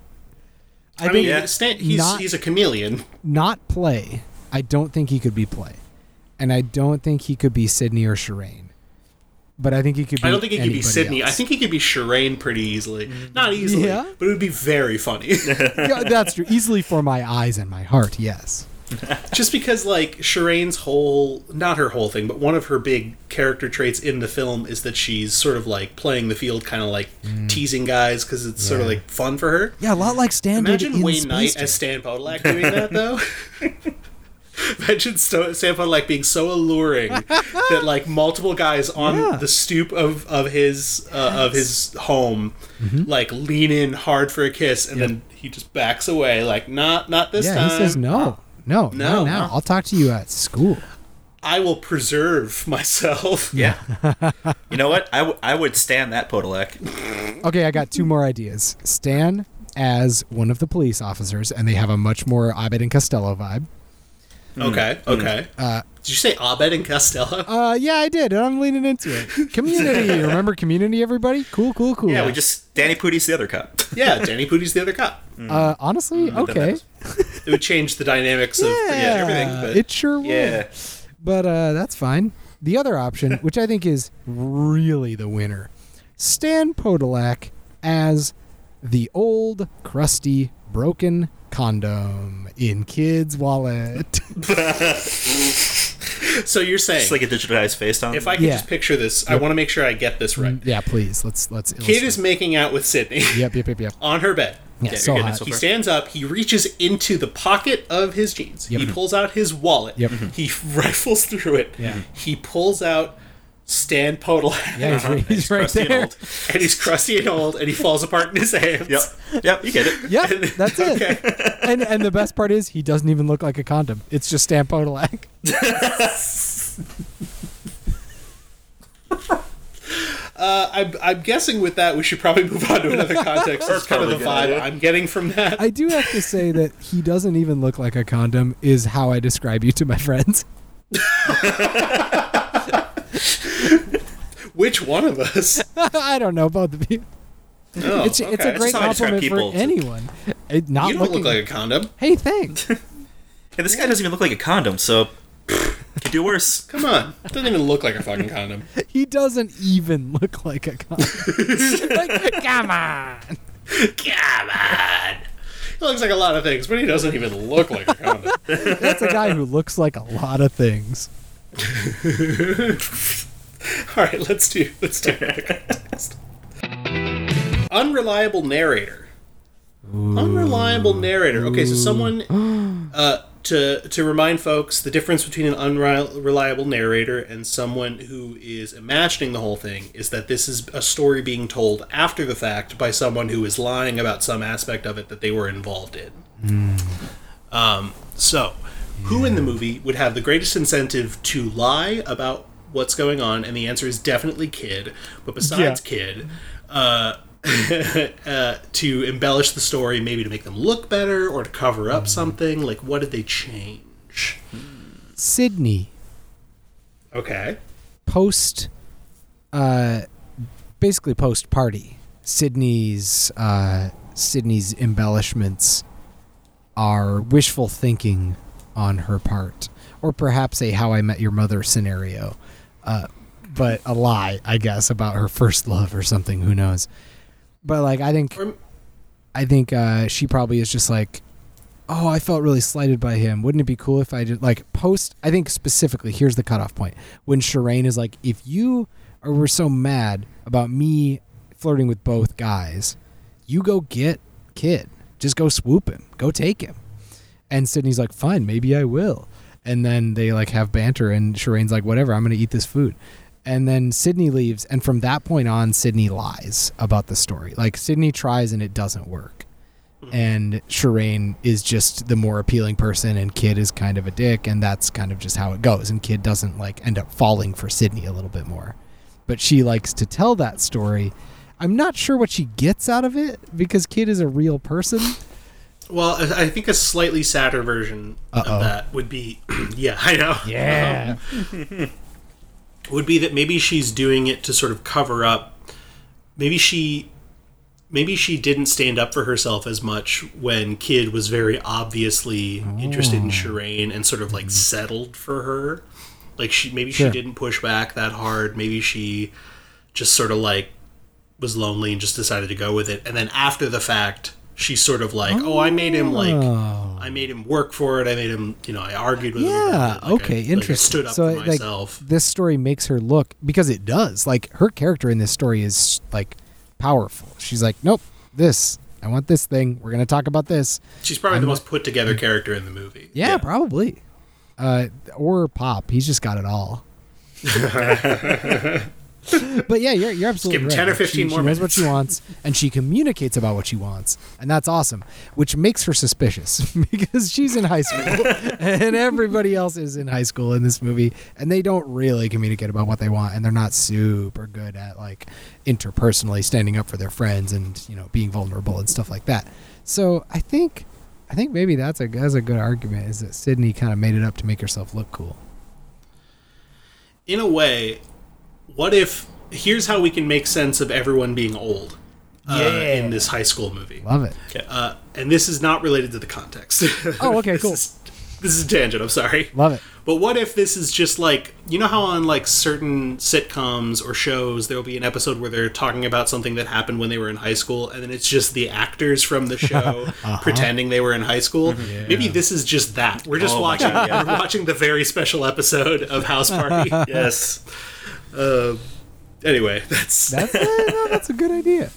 I, I mean, mean, Stan, he's, not- he's a chameleon. not play. I don't think he could be play, and I don't think he could be Sydney or Shireen. But I think he could. Be I don't think he could be anybody Sydney. I else. think he could be Shireen pretty easily. Not easily, Yeah. but it would be very funny. Yeah, that's true. Easily for my eyes and my heart. Yes. Just because, like, Shireen's whole, not her whole thing, but one of her big character traits in the film is that she's sort of like playing the field, kind of like teasing guys because it's sort of like fun for her. Mm. Yeah, a lot like Stan. did Imagine in Wayne Space Knight Jam. as Stan Podolak doing that, though. Imagine Sto- Stan Podolak being so alluring that like multiple guys on Yeah. the stoop of of his uh, of his home Mm-hmm. like lean in hard for a kiss, and then he just backs away like not not this yeah, time. he says no, no, no, now. No, no. I'll talk to you at school. I will preserve myself. Yeah. you know what? I, w- I would stand that Podolak. Okay, I got two more ideas. Stan as one of the police officers, and they have a much more Abed and Costello vibe. Mm. Okay. Okay. Did you say Abed and Costello? Uh, yeah, I did. and I'm leaning into it. Community. remember Community, everybody? Cool, cool, cool. Yeah, we just Danny Pooty's the other cop. yeah, Danny Pooty's the other cop. Uh, Mm, honestly, okay. It would change the dynamics of yeah, Yeah, everything. But it sure would. Yeah. But uh, that's fine. The other option, which I think is really the winner, Stan Podolak as the old, crusty, broken condom in kids' wallet. so you're saying It's like a digitized face on. If I could Yeah. just picture this, I want to make sure I get this right. Mm, yeah, please. Let's let's. Kid illustrate. is making out with Sydney Yep, yep, yep, yep. on her bed. Yeah, Okay, so you're good. hot. he stands up. He reaches into the pocket of his jeans. He pulls out his wallet. Yep. Mm-hmm. Mhm. He rifles through it. Yeah. He pulls out Stan Podolak, Yeah, he's, Uh-huh. he's It's right crusty and there. old. and he's crusty and old, and he falls apart in his hands. Yep. Yep. You get it. Yeah, that's it. And and the best part is he doesn't even look like a condom. It's just Stan Podolak. I'm, I'm guessing with that we should probably move on to another context. That's kind of the probably a vibe good idea. I'm getting from that. I do have to say that he doesn't even look like a condom is how I describe you to my friends. Which one of us? I don't know both of you. No, It's it's a Oh, okay. great how I describe compliment for people to- anyone. It not You don't looking. look like a condom. hey, thanks. Hey, this guy doesn't even look like a condom, so could do worse. Come on, it doesn't even look like a fucking condom. he doesn't even look like a condom. like, come on. Come on. He looks like a lot of things, but he doesn't even look like a condom. That's a guy who looks like a lot of things. All right, let's do let's do another context. Unreliable narrator. Unreliable narrator. Okay, so someone uh, to to remind folks the difference between an unreliable narrator and someone who is imagining the whole thing is that this is a story being told after the fact by someone who is lying about some aspect of it that they were involved in. Um, so, who in the movie would have the greatest incentive to lie about what's going on? And the answer is definitely Kid. But besides Yeah. Kid, uh, uh, to embellish the story, maybe to make them look better or to cover Mm. up something, like what did they change? Sydney Okay. post, uh, basically post party. Sydney's uh, Sydney's embellishments are wishful thinking on her part, or perhaps a "How I Met Your Mother" scenario, uh, but a lie, I guess, about her first love or something. Who knows? But like, I think Or- I think uh, she probably is just like, oh, I felt really slighted by him. Wouldn't it be cool if I did like post? I think specifically, here's the cutoff point when Shireen is like, if you are, were so mad about me flirting with both guys, you go get kid. Just go swoop him. Go take him. And Sydney's like, fine, maybe I will. And then they like have banter, and Shireen's like, whatever, I'm gonna eat this food. And then Sydney leaves, and from that point on, Sydney lies about the story. Like Sydney tries and it doesn't work. Mm-hmm. And Shireen is just the more appealing person, and Kid is kind of a dick, and that's kind of just how it goes. And Kid doesn't like end up falling for Sydney a little bit more, but she likes to tell that story. I'm not sure what she gets out of it because Kid is a real person. Well, I I think a slightly sadder version Uh-oh. of that would be, yeah, I know. Yeah. would be that maybe she's doing it to sort of cover up maybe she maybe she didn't stand up for herself as much when kid was very obviously interested Oh. in Shireen and sort of like settled for her like she maybe Mm-hmm. Sure. she didn't push back that hard maybe she just sort of like was lonely and just decided to go with it and then after the fact she's sort of like oh i made him like Oh. i made him work for it i made him you know i argued with him Yeah. about it. Like, I- okay. like, I interesting. stood up so, for like, myself this story makes her look because it does. Like her character in this story is like powerful. She's like, nope, this. I want this thing. We're gonna talk about this. She's probably the most put together character in the movie. Yeah, probably. Uh, or Pop. He's just got it all. but yeah, you're, you're absolutely give him 10 right. or 15 she, more she knows what minutes. she wants, and she communicates about what she wants, and that's awesome. Which makes her suspicious because she's in high school, and everybody else is in high school in this movie, and they don't really communicate about what they want, and they're not super good at like interpersonally standing up for their friends and you know being vulnerable and stuff like that. So I think, I think maybe that's a that's a good argument is that Sydney kind of made it up to make herself look cool. In a way, what if here's how we can make sense of everyone being old uh, in this high school movie? Love it. Uh, and this is not related to the context. Oh, okay, This cool. is- this is a tangent. I'm sorry. Love it. But what if this is just like you know how on like certain sitcoms or shows there will be an episode where they're talking about something that happened when they were in high school and then it's just the actors from the show Uh-huh. pretending they were in high school. Mm-hmm. Maybe this is just that. We're just Oh my watching God, yeah. we're watching the very special episode of House Party. Yes. uh, anyway, that's That's a, no, that's a good idea.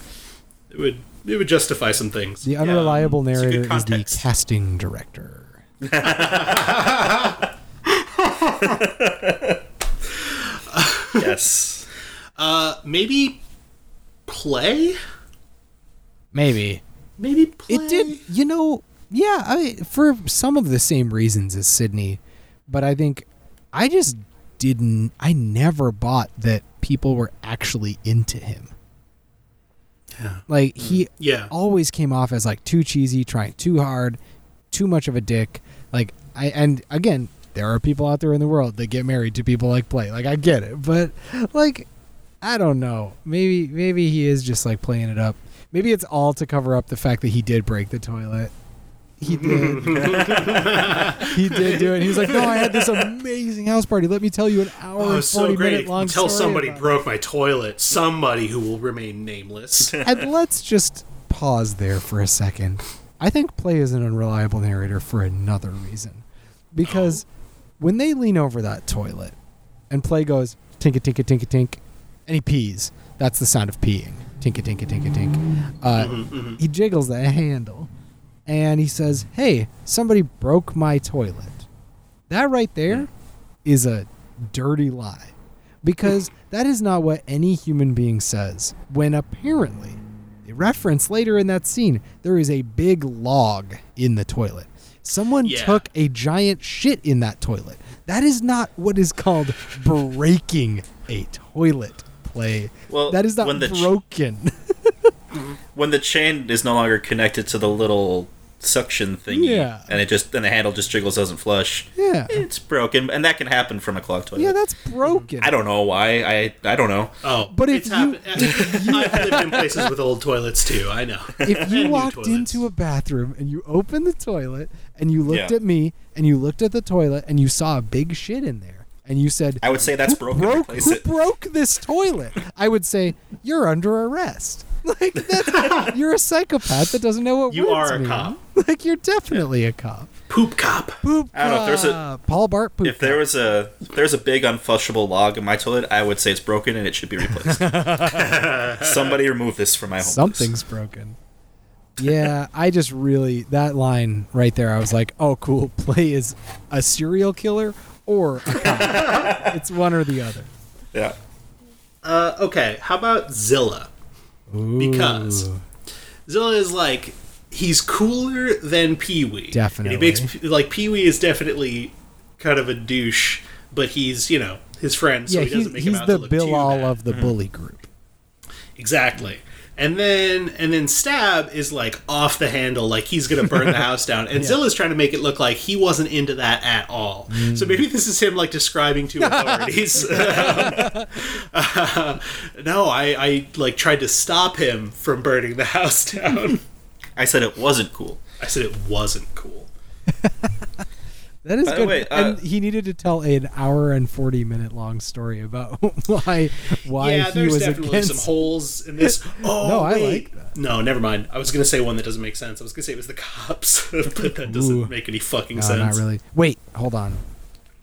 it would it would justify some things. The unreliable it's a good narrator is the context. casting director. Yes. Uh, maybe play? Maybe Maybe play. it did. You know, yeah. I mean, for some of the same reasons as Sydney, but I think I just didn't. I never bought that people were actually into him. Yeah. Like he Yeah. always came off as like too cheesy, trying too hard, too much of a dick. Like I and again, there are people out there in the world that get married to people like Play. Like I get it, but like I don't know. Maybe maybe he is just like playing it up. Maybe it's all to cover up the fact that he did break the toilet. He did. he did do it. He's like, no, I had this amazing house party. Let me tell you an hour and Oh, forty it's so great. minute long Until story somebody about it." broke my toilet. Somebody who will remain nameless. and let's just pause there for a second. I think Play is an unreliable narrator for another reason. Because when they lean over that toilet and Play goes tinka tinka tinka tink and he pees, that's the sound of peeing. tinka tinka tinka tink. Uh, He jiggles that handle, and he says, "Hey, somebody broke my toilet." That right there is a dirty lie, because that is not what any human being says. When apparently, they reference later in that scene, there is a big log in the toilet. Someone Yeah. took a giant shit in that toilet. That is not what is called breaking a toilet play. Well, that is not when the ch- broken. when the chain is no longer connected to the little suction thing Yeah. and it just and the handle just jiggles doesn't flush Yeah. it's broken and that can happen from a clogged toilet yeah, that's broken. i don't know why i i don't know Oh, But if it's you- happened- I've lived in places with old toilets too. I know. if And you new walked toilets. into a bathroom and you opened the toilet and you looked Yeah. at me and you looked at the toilet and you saw a big shit in there and you said, i would say that's who broken broke, Replace who it. broke this toilet? I would say, you're under arrest. Like, that's, you're a psychopath that doesn't know what You words are a mean. cop. Like, you're definitely a cop. poop cop. Poop I don't know if there's a- cop. Paul Bart poop if there cop. was a if there's a big unflushable log in my toilet i would say it's broken and it should be replaced somebody remove this from my home please. Something's broken. Yeah, I just really that line right there. I was like, "Oh, cool. Play is a serial killer or a cop. it's one or the other." yeah Uh, okay, how about Zilla? Because Zilla is like he's cooler than Pee Wee. Definitely. and he makes like Pee Wee is definitely kind of a douche, but he's you know his friend, so yeah, he he's, doesn't make him he's out the to look Bill too All bad. Mm-hmm. of the bully group. Exactly. And then and then Stab is like off the handle, like he's gonna burn the house down. And Zilla's trying to make it look like he wasn't into that at all. Mm. So maybe this is him like describing to authorities. Uh, no, I, I like tried to stop him from burning the house down. i said it wasn't cool I said it wasn't cool. That is By the good. way, and uh, he needed to tell an hour and forty minute long story about why why yeah, he there's was definitely against. some holes in this. Oh, No, I like wait. that. No, never mind. I was gonna say one that doesn't make sense. I was gonna say it was the cops, but that doesn't Ooh. make any fucking no, sense. not really. Wait, hold on.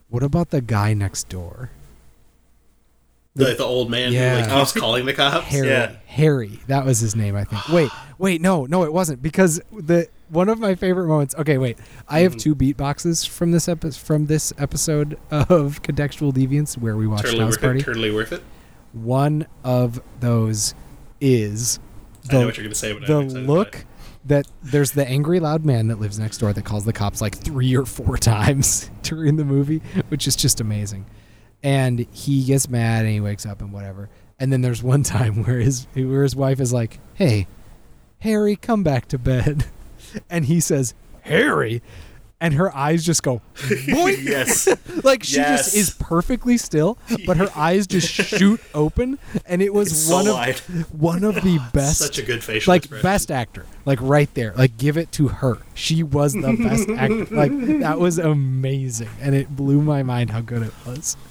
What about the guy next door? The, the old man Yeah. who like keeps calling the cops. Harry. Yeah. Harry. That was his name, I think. Wait, wait, no, no, it wasn't because the one of my favorite moments. Okay, wait. I Hmm. have two beatboxes from this epi- from this episode of Contextual Deviance where we watched Totally House worth Party. it. Totally worth it. one of those is I know the what you're gonna say, but the I'm excited about look it. that there's the angry loud man that lives next door that calls the cops like three or four times during the movie, which is just amazing. And he gets mad and he wakes up and whatever. And then there's one time where his where his wife is like, "Hey, Harry, come back to bed," and he says, "Harry," and her eyes just go, boink. yes like she Yes. just is perfectly still, but her eyes just shoot open, and it was It's so one of light. one of the best. Such a good facial like expression. best actor, like right there, like give it to her. She was the best actor. Like that was amazing, and it blew my mind how good it was.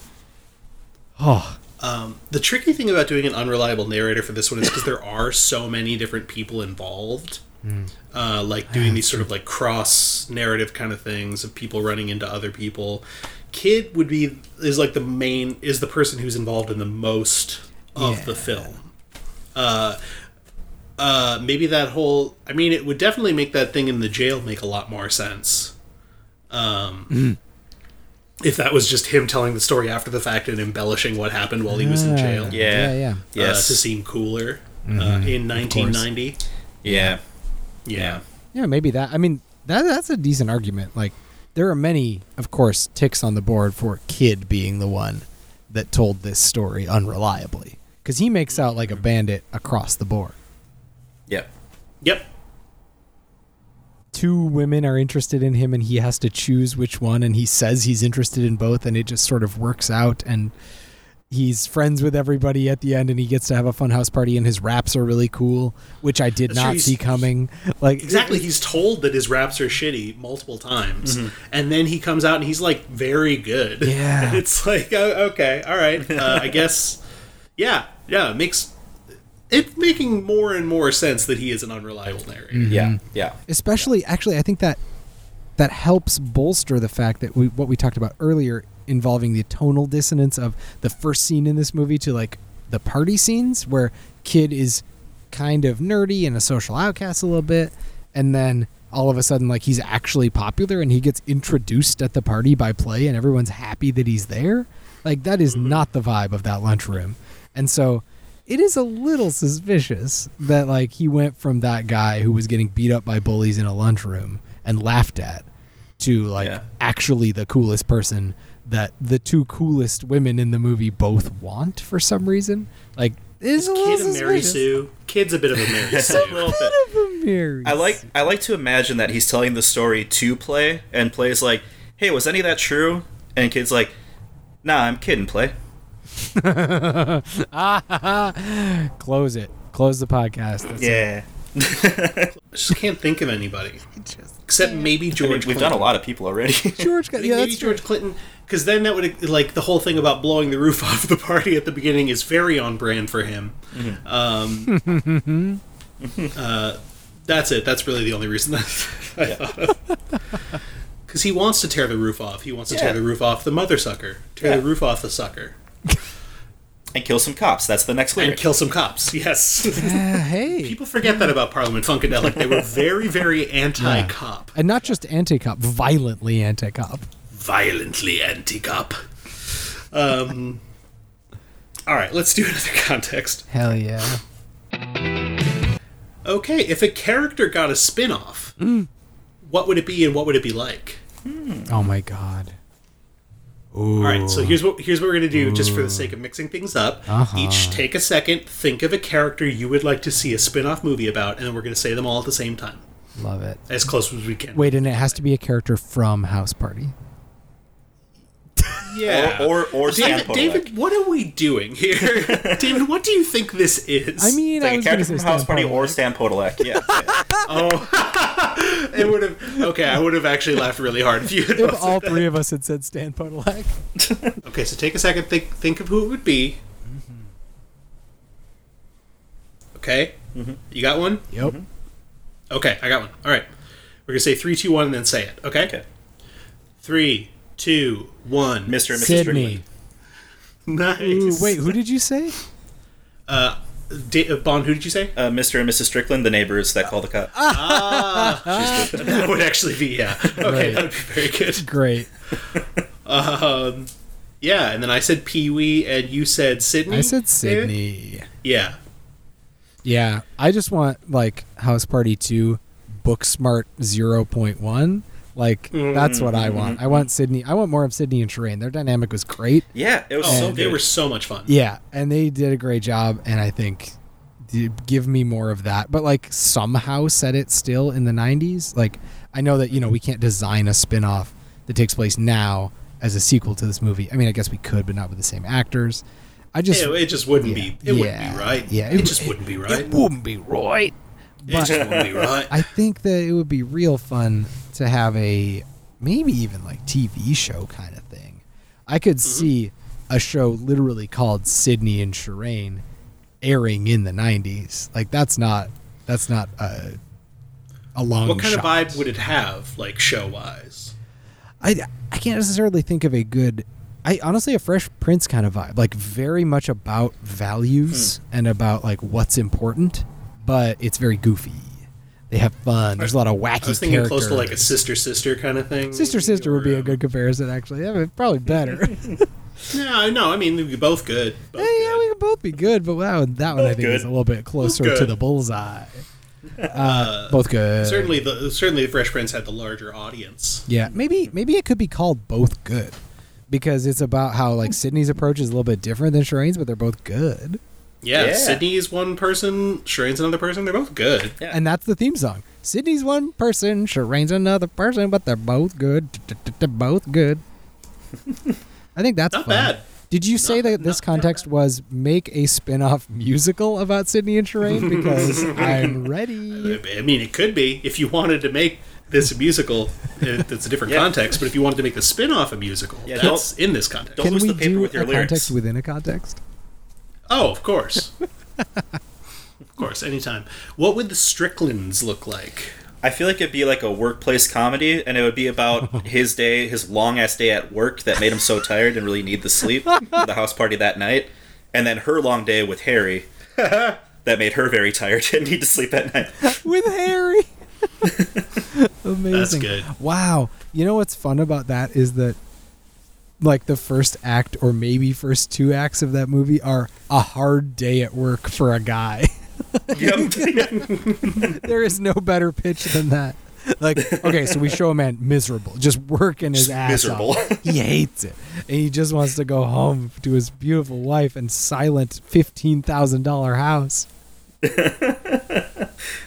Oh, Um, the tricky thing about doing an unreliable narrator for this one is because there are so many different people involved. Uh, like doing these sort of like cross narrative kind of things of people running into other people. Kid would be is like the main is the person who's involved in the most of the film. Uh, uh, maybe that whole I mean it would definitely make that thing in the jail make a lot more sense. Um, if that was just him telling the story after the fact and embellishing what happened while he was in jail. yeah, Yeah. yeah. yes Uh, to seem cooler uh, in 1990. yeah Yeah. Yeah, maybe that. I mean, that that's a decent argument. Like, there are many, of course, ticks on the board for Kid being the one that told this story unreliably, because he makes out like a bandit across the board. yeah Yep. Two women are interested in him, and he has to choose which one. And he says he's interested in both, and it just sort of works out. And he's friends with everybody at the end, and he gets to have a fun house party. And his raps are really cool, which I did That's true, not he's- see coming. Like Exactly. He's told that his raps are shitty multiple times, Mm-hmm. and then he comes out and he's like very good. Yeah. And it's like oh, okay, all right. Uh, I guess. Yeah. Yeah. It makes it making more and more sense that he is an unreliable narrator. yeah Mm-hmm. yeah especially actually i think that that helps bolster the fact that we, what we talked about earlier involving the tonal dissonance of the first scene in this movie to like the party scenes where kid is kind of nerdy and a social outcast a little bit, and then all of a sudden like he's actually popular and he gets introduced at the party by play and everyone's happy that he's there. Like that is not the vibe of that lunchroom. And so it is a little suspicious that like he went from that guy who was getting beat up by bullies in a lunchroom and laughed at to like Yeah. actually the coolest person that the two coolest women in the movie both want for some reason. Like it is a little Kid a Mary suspicious. Sue. Kid's a bit of a Mary Sue. a little bit. Mary I like Sue. I like to imagine that he's telling the story to play and plays like, "Hey, was any of that true?" And kids like, "Nah, I'm kidding, play." close it. Close the podcast. That's it. Yeah. just can't think of anybody except maybe I mean, George. we've Clinton. done a lot of people already. George got yeah, maybe that's George Clinton, because then that would like the whole thing about blowing the roof off the party at the beginning is very on brand for him. Um, uh, that's it. That's really the only reason that I thought of. Because he wants to tear the roof off. He wants to Yeah. tear the roof off the mother sucker. Tear Yeah. the roof off the sucker. and kill some cops. That's the next And lyric. kill some cops. Yes. Uh, hey. People forget that about Parliament Funkadelic. They were very, very anti cop. And not just anti cop, violently anti cop. violently anti-cop. Um, all right, let's do another context. Hell yeah. Okay, if a character got a spin-off, Mm. what would it be and what would it be like? Oh my god. All right, so here's what here's what we're gonna do, just for the sake of mixing things up. Uh-huh. Each take a second, think of a character you would like to see a spin-off movie about, and then we're gonna say them all at the same time, Love it. as close as we can. Wait, and it has to be a character from House Party. yeah. Or or, or David, Stan Podolak. David, what are we doing here? David, what do you think this is? I mean, Like I a was character gonna from say House Stan Party Powell. or Stan Podolak. Yeah. yeah. It would have. Okay, I would have actually laughed really hard if you. Had If all three of us had said Stan Podolak. okay, so take a second. Think think of who it would be. Okay, you got one. Mm-hmm. Yep. Okay, I got one. All right, we're gonna say three, two, one, and then say it. Okay. Okay. Three, two, one. Mr. and Mrs. Sydney. Strickland. Nice. Ooh, wait, who did you say? Uh, da- uh, Bond. Who did you say? Uh, Mr. and Mrs. Strickland, the neighbors that call the cops. Ah. that would actually be yeah. Okay, that would be very good. Great. Yeah, and then I said Pee Wee, and you said Sydney. I said David? Sydney. Yeah. Yeah, I just want like House Party 2 Booksmart 0.1. Like that's what I want. I want Sydney. I want more of Sydney and Shireen. Their dynamic was great. Yeah, it was Oh, so they good. were so much fun. Yeah, and they did a great job and I think d- give me more of that. But like somehow set it still in the 90s. Like I know that, you know, we can't design a spin-off that takes place now as a sequel to this movie. I mean, I guess we could, but not with the same actors. I just It, it just wouldn't Yeah. be. It wouldn't Yeah. be right. Yeah, it, it- just wouldn't be right. It, wouldn't be right. But just wouldn't be right. I think that it would be real fun to have a maybe even like TV show kind of thing. I could Mm-hmm. see a show literally called Sydney and Shireen airing in the '90s. Like that's not that's not a a long. what kind shot. of vibe would it have, like show wise? I I can't necessarily think of a good. I honestly a Fresh Prince kind of vibe, like very much about Hmm. values and about like what's important, but it's very goofy. They have fun. There's a lot of wacky. I was thinking close to like a characters. sister sister kind of thing. Sister Sister would be or, a good comparison, actually. That would probably better. yeah, um, No, no. I mean, they'd be both good. Both yeah, good. we could both be good, but that one, that one I Both think is good. a little bit closer Both to good. the bullseye. Uh, both good. certainly the certainly the Fresh Prince had the larger audience. Yeah, maybe maybe it could be called both good because it's about how like Sydney's approach is a little bit different than Shireen's, but they're both good. Yeah, Yeah. Sydney is one person, Shireen's another person. They're both good. Yeah. And that's the theme song. Sydney's one person, Shireen's another person, but they're both good. They're both good. I think that's Not fun. bad. Did you say Not- that this not- not context was make a spin-off musical about Sydney and Shireen? Because I'm ready. I mean, it could be if you wanted to make this a musical. it- That's a different Yeah. context. But if you wanted to make the spin off a musical, Yeah, that's don't- in this context. don't- Can lose we the paper do with your a lyrics. context within a context? Oh, of course. of course, anytime. What would the Stricklands look like? I feel like it'd be like a workplace comedy, and it would be about his day, his long ass day at work that made him so tired and really need the sleep. the house party that night, and then her long day with Harry, that made her very tired and need to sleep at night. with Harry. Amazing. good. Wow. You know what's fun about that is that like the first act or maybe first two acts of that movie are a hard day at work for a guy. Yep. there is no better pitch than that. Like, okay, so we show a man miserable, just working his Just ass miserable. off. He hates it, and he just wants to go home to his beautiful wife and silent fifteen thousand dollar house.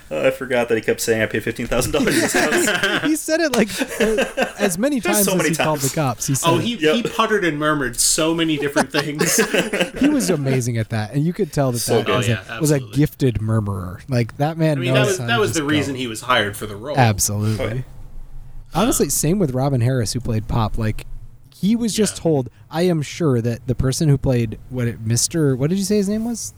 Oh, I forgot that he kept saying I paid fifteen thousand dollars in this house. He said it like uh, as many There's times so as many he called the times. cops. He said Oh, it. he, Yep. he puttered and murmured so many different things. he was amazing at that, and you could tell that So that good. was, Oh, a, yeah, was a absolutely. gifted murmurer. Like that man. I mean, knows that was how that to was just the go. reason he was hired for the role. Absolutely. Oh, yeah. Honestly, same with Robin Harris who played Pop. Like he was just Yeah. told. I am sure that the person who played what it, Mr. What did you say his name was?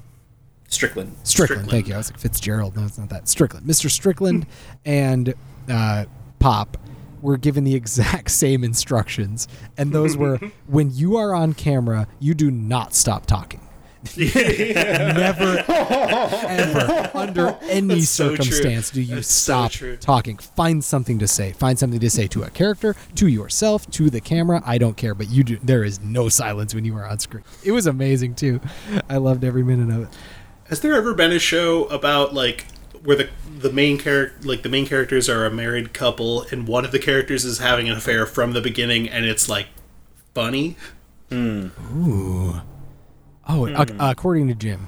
Strickland. Strickland. Strickland. Hmm. Thank you. I was like Fitzgerald. No, it's not that. Strickland. Mr. Strickland and uh, Pop were given the exact same instructions, and those were when you are on camera, you do not stop talking. Never, ever, under any That's so true. circumstance, do you That's so stop true. talking. Find something to say. Find something to say to a character, to yourself, to the camera. I don't care, but you do. There is no silence when you are on screen. It was amazing too. I loved every minute of it. Has there ever been a show about like where the the main character like the main characters are a married couple and one of the characters is having an affair from the beginning and it's like funny? Oh, ac- Mm-hmm. according to Jim.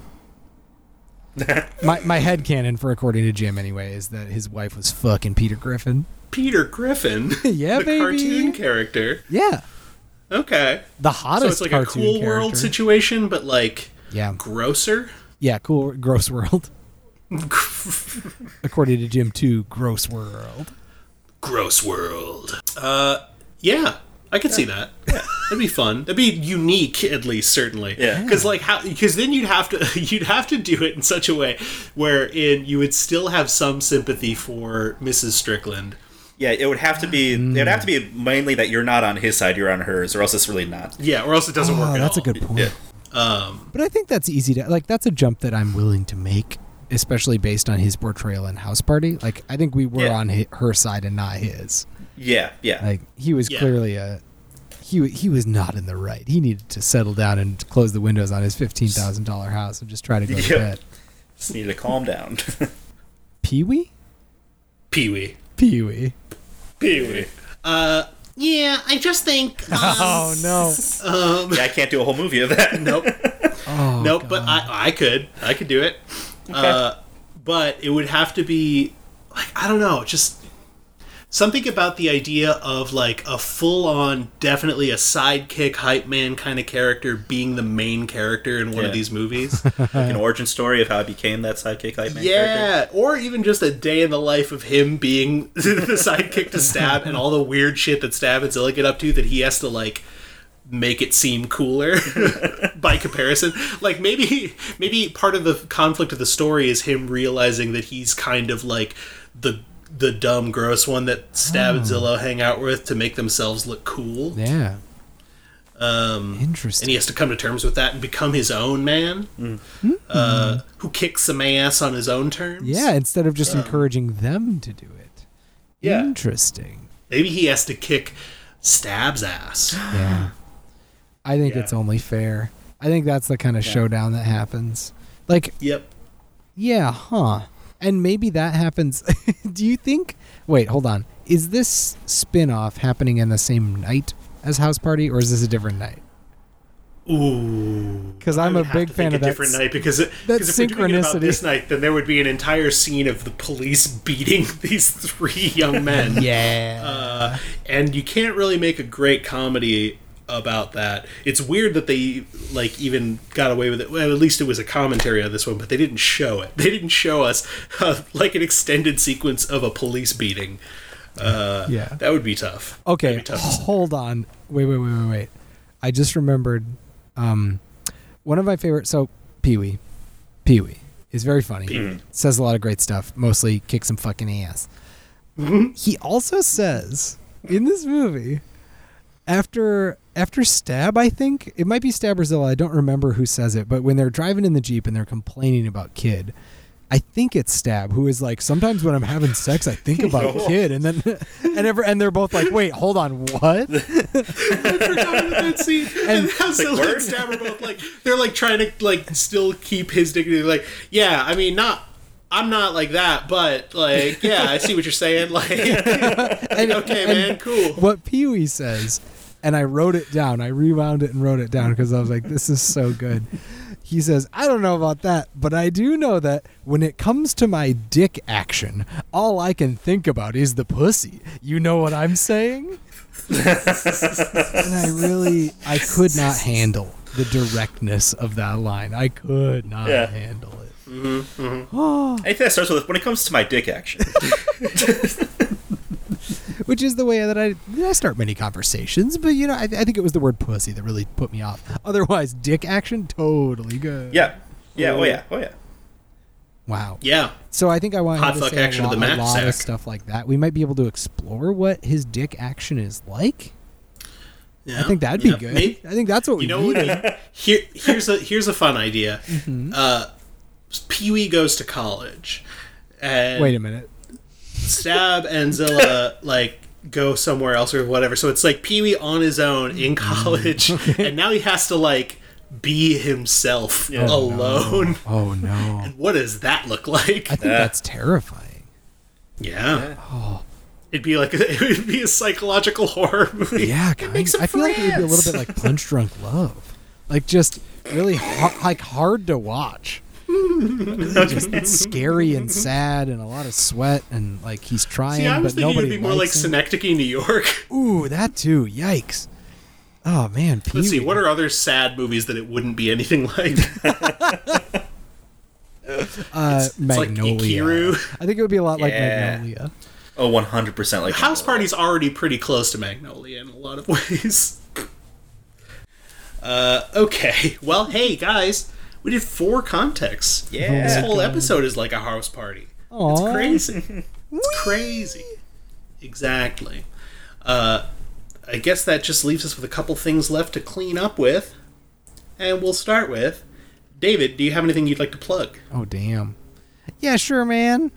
my my head canon for according to Jim anyway is that his wife was fucking Peter Griffin. Peter Griffin, Yeah, the baby. cartoon character. Yeah, Okay, the so hottest it's like a cartoon cool character. world situation, but like yeah, grosser. yeah, cool, gross world. according to Jim, too, gross world. Gross world. Uh, yeah, I could see that. That'd be fun. That'd be unique, at least certainly. Yeah. Because like how? Because then you'd have to you'd have to do it in such a way wherein you would still have some sympathy for Mrs. Strickland. Yeah, it would have to be. It would have to be mainly that you're not on his side, you're on hers, or else it's really not. Yeah, or else it Um, doesn't work. Oh, at that's a all. good point. Yeah. But I think that's easy to like. That's a jump that I'm willing to make, especially based on his portrayal in House Party. Like, I think we were Yeah. on hi her side and not his. Yeah, yeah. Like he was Yeah. clearly a he he was not in the right. He needed to settle down and close the windows on his fifteen thousand dollar house and just try to go to Yep. bed. Just need to calm down. Pee wee, Pee Wee. pee wee. Pee Wee. Uh, yeah, I just think. Um, Oh no! yeah, I can't do a whole movie of that. nope. Oh nope. But I, I could, I could do it. Uh, but it would have to be like I don't know, just something about the idea of like a full-on, definitely a sidekick hype man kind of character being the main character in one of Yeah. these movies. Like an origin story of how I became that sidekick hype man character. yeah, or even just a day in the life of him being the sidekick to Stab and all the weird shit that Stab and Zilla get up to that he has to like make it seem cooler by comparison. Like maybe maybe part of the conflict of the story is him realizing that he's kind of like the the dumb gross one that Stab and Zillow hang out with to make themselves look cool. Hmm. yeah, Um interesting. and he has to come to terms with that and become his own man uh, who kicks some ass on his own terms. Hmm. yeah, instead of just encouraging them to do it. Yeah. Interesting. Maybe he has to kick Stab's ass. Yeah. I think Yeah. it's only fair. I think that's the kind of showdown that happens. Like Yep. Yeah, huh. And maybe that happens. Do you think? Wait, hold on. Is this spin off happening in the same night as House Party, or is this a different night? Ooh. Because I'm I a would have big to fan think of a that. different s- night because it, that 'cause if we're doing it about synchronicity. this night, then there would be an entire scene of the police beating these three young men. Yeah. Uh, and you can't really make a great comedy about that. It's weird that they like even got away with it. Well, at least it was a commentary on this one, but they didn't show it. They didn't show us uh, like an extended sequence of a police beating. Uh, Yeah. that would be tough. That'd okay, be tough. hold on. Wait, wait, wait, wait, wait. I just remembered um, one of my favorite. So, Pee Wee. Pee Wee is very funny. Says a lot of great stuff, mostly kick some fucking ass. He also says in this movie after after stab i think it might be stabberzilla i don't remember who says it but when they're driving in the jeep and they're complaining about kid i think it's stab who is like sometimes when i'm having sex i think about kid and then and ever and they're both like wait hold on what forgot about that scene. And, how Scylla word? and Stab are both like they're like trying to like still keep his dignity. Like, yeah, I mean, not I'm not like that, but like, yeah, I see what you're saying. Like, okay, man, cool. what Pee Wee says, and I wrote it down. I rewound it and wrote it down because I was like, this is so good. He says, I don't know about that, but I do know that when it comes to my dick action, all I can think about is the pussy. You know what I'm saying? and I really, I could not handle the directness of that line. I could not Yeah. handle it. Anything that starts with when it comes to my dick action. Which is the way that I, I start many conversations, but you know, I, I think it was the word pussy that really put me off. Otherwise, dick action, totally good. yeah. Yeah. Oh yeah. Oh yeah. Wow. Yeah, So I think I want him Hot to fuck say action a of lot, the match, a lot of Zach. stuff like that. We might be able to explore what his dick action is like. yeah. I think that'd yeah. be good. Maybe- I think that's what we you know need. what? Here, here's a here's a fun idea. Mm-hmm. Uh, Pee Wee goes to college, and Wait a minute. Stab and Zilla like go somewhere else or whatever. So it's like Pee Wee on his own Mm. in college, and now he has to like be himself alone. Oh no. What does that look I like? think that's terrifying. Yeah. It'd be like it would be a psychological horror movie. Yeah, kind makes of. him I feel like it would be a little France. bit like Punch Drunk Love. Like just really har like hard to watch. just scary and sad and a lot of sweat and like he's trying See, I was but thinking nobody it'd be more like likes him. Synecdoche, New York. Ooh, that too. Yikes. Oh man, Let's see, Pee-wee. what are other sad movies that it wouldn't be anything like? uh, like Magnolia. Ikiru. I think it would be a lot like Yeah. Magnolia. Oh, 100 percent. Like House Party's already pretty close to Magnolia in a lot of ways. Uh, okay. Well, hey guys, we did four contexts. Yeah. This whole episode is like a house party. Oh Aw. It's crazy. It's crazy. Exactly. Uh, I guess that just leaves us with a couple things left to clean up with, and we'll start with David. Do you have anything you'd like to plug? Oh damn. Yeah, sure, man.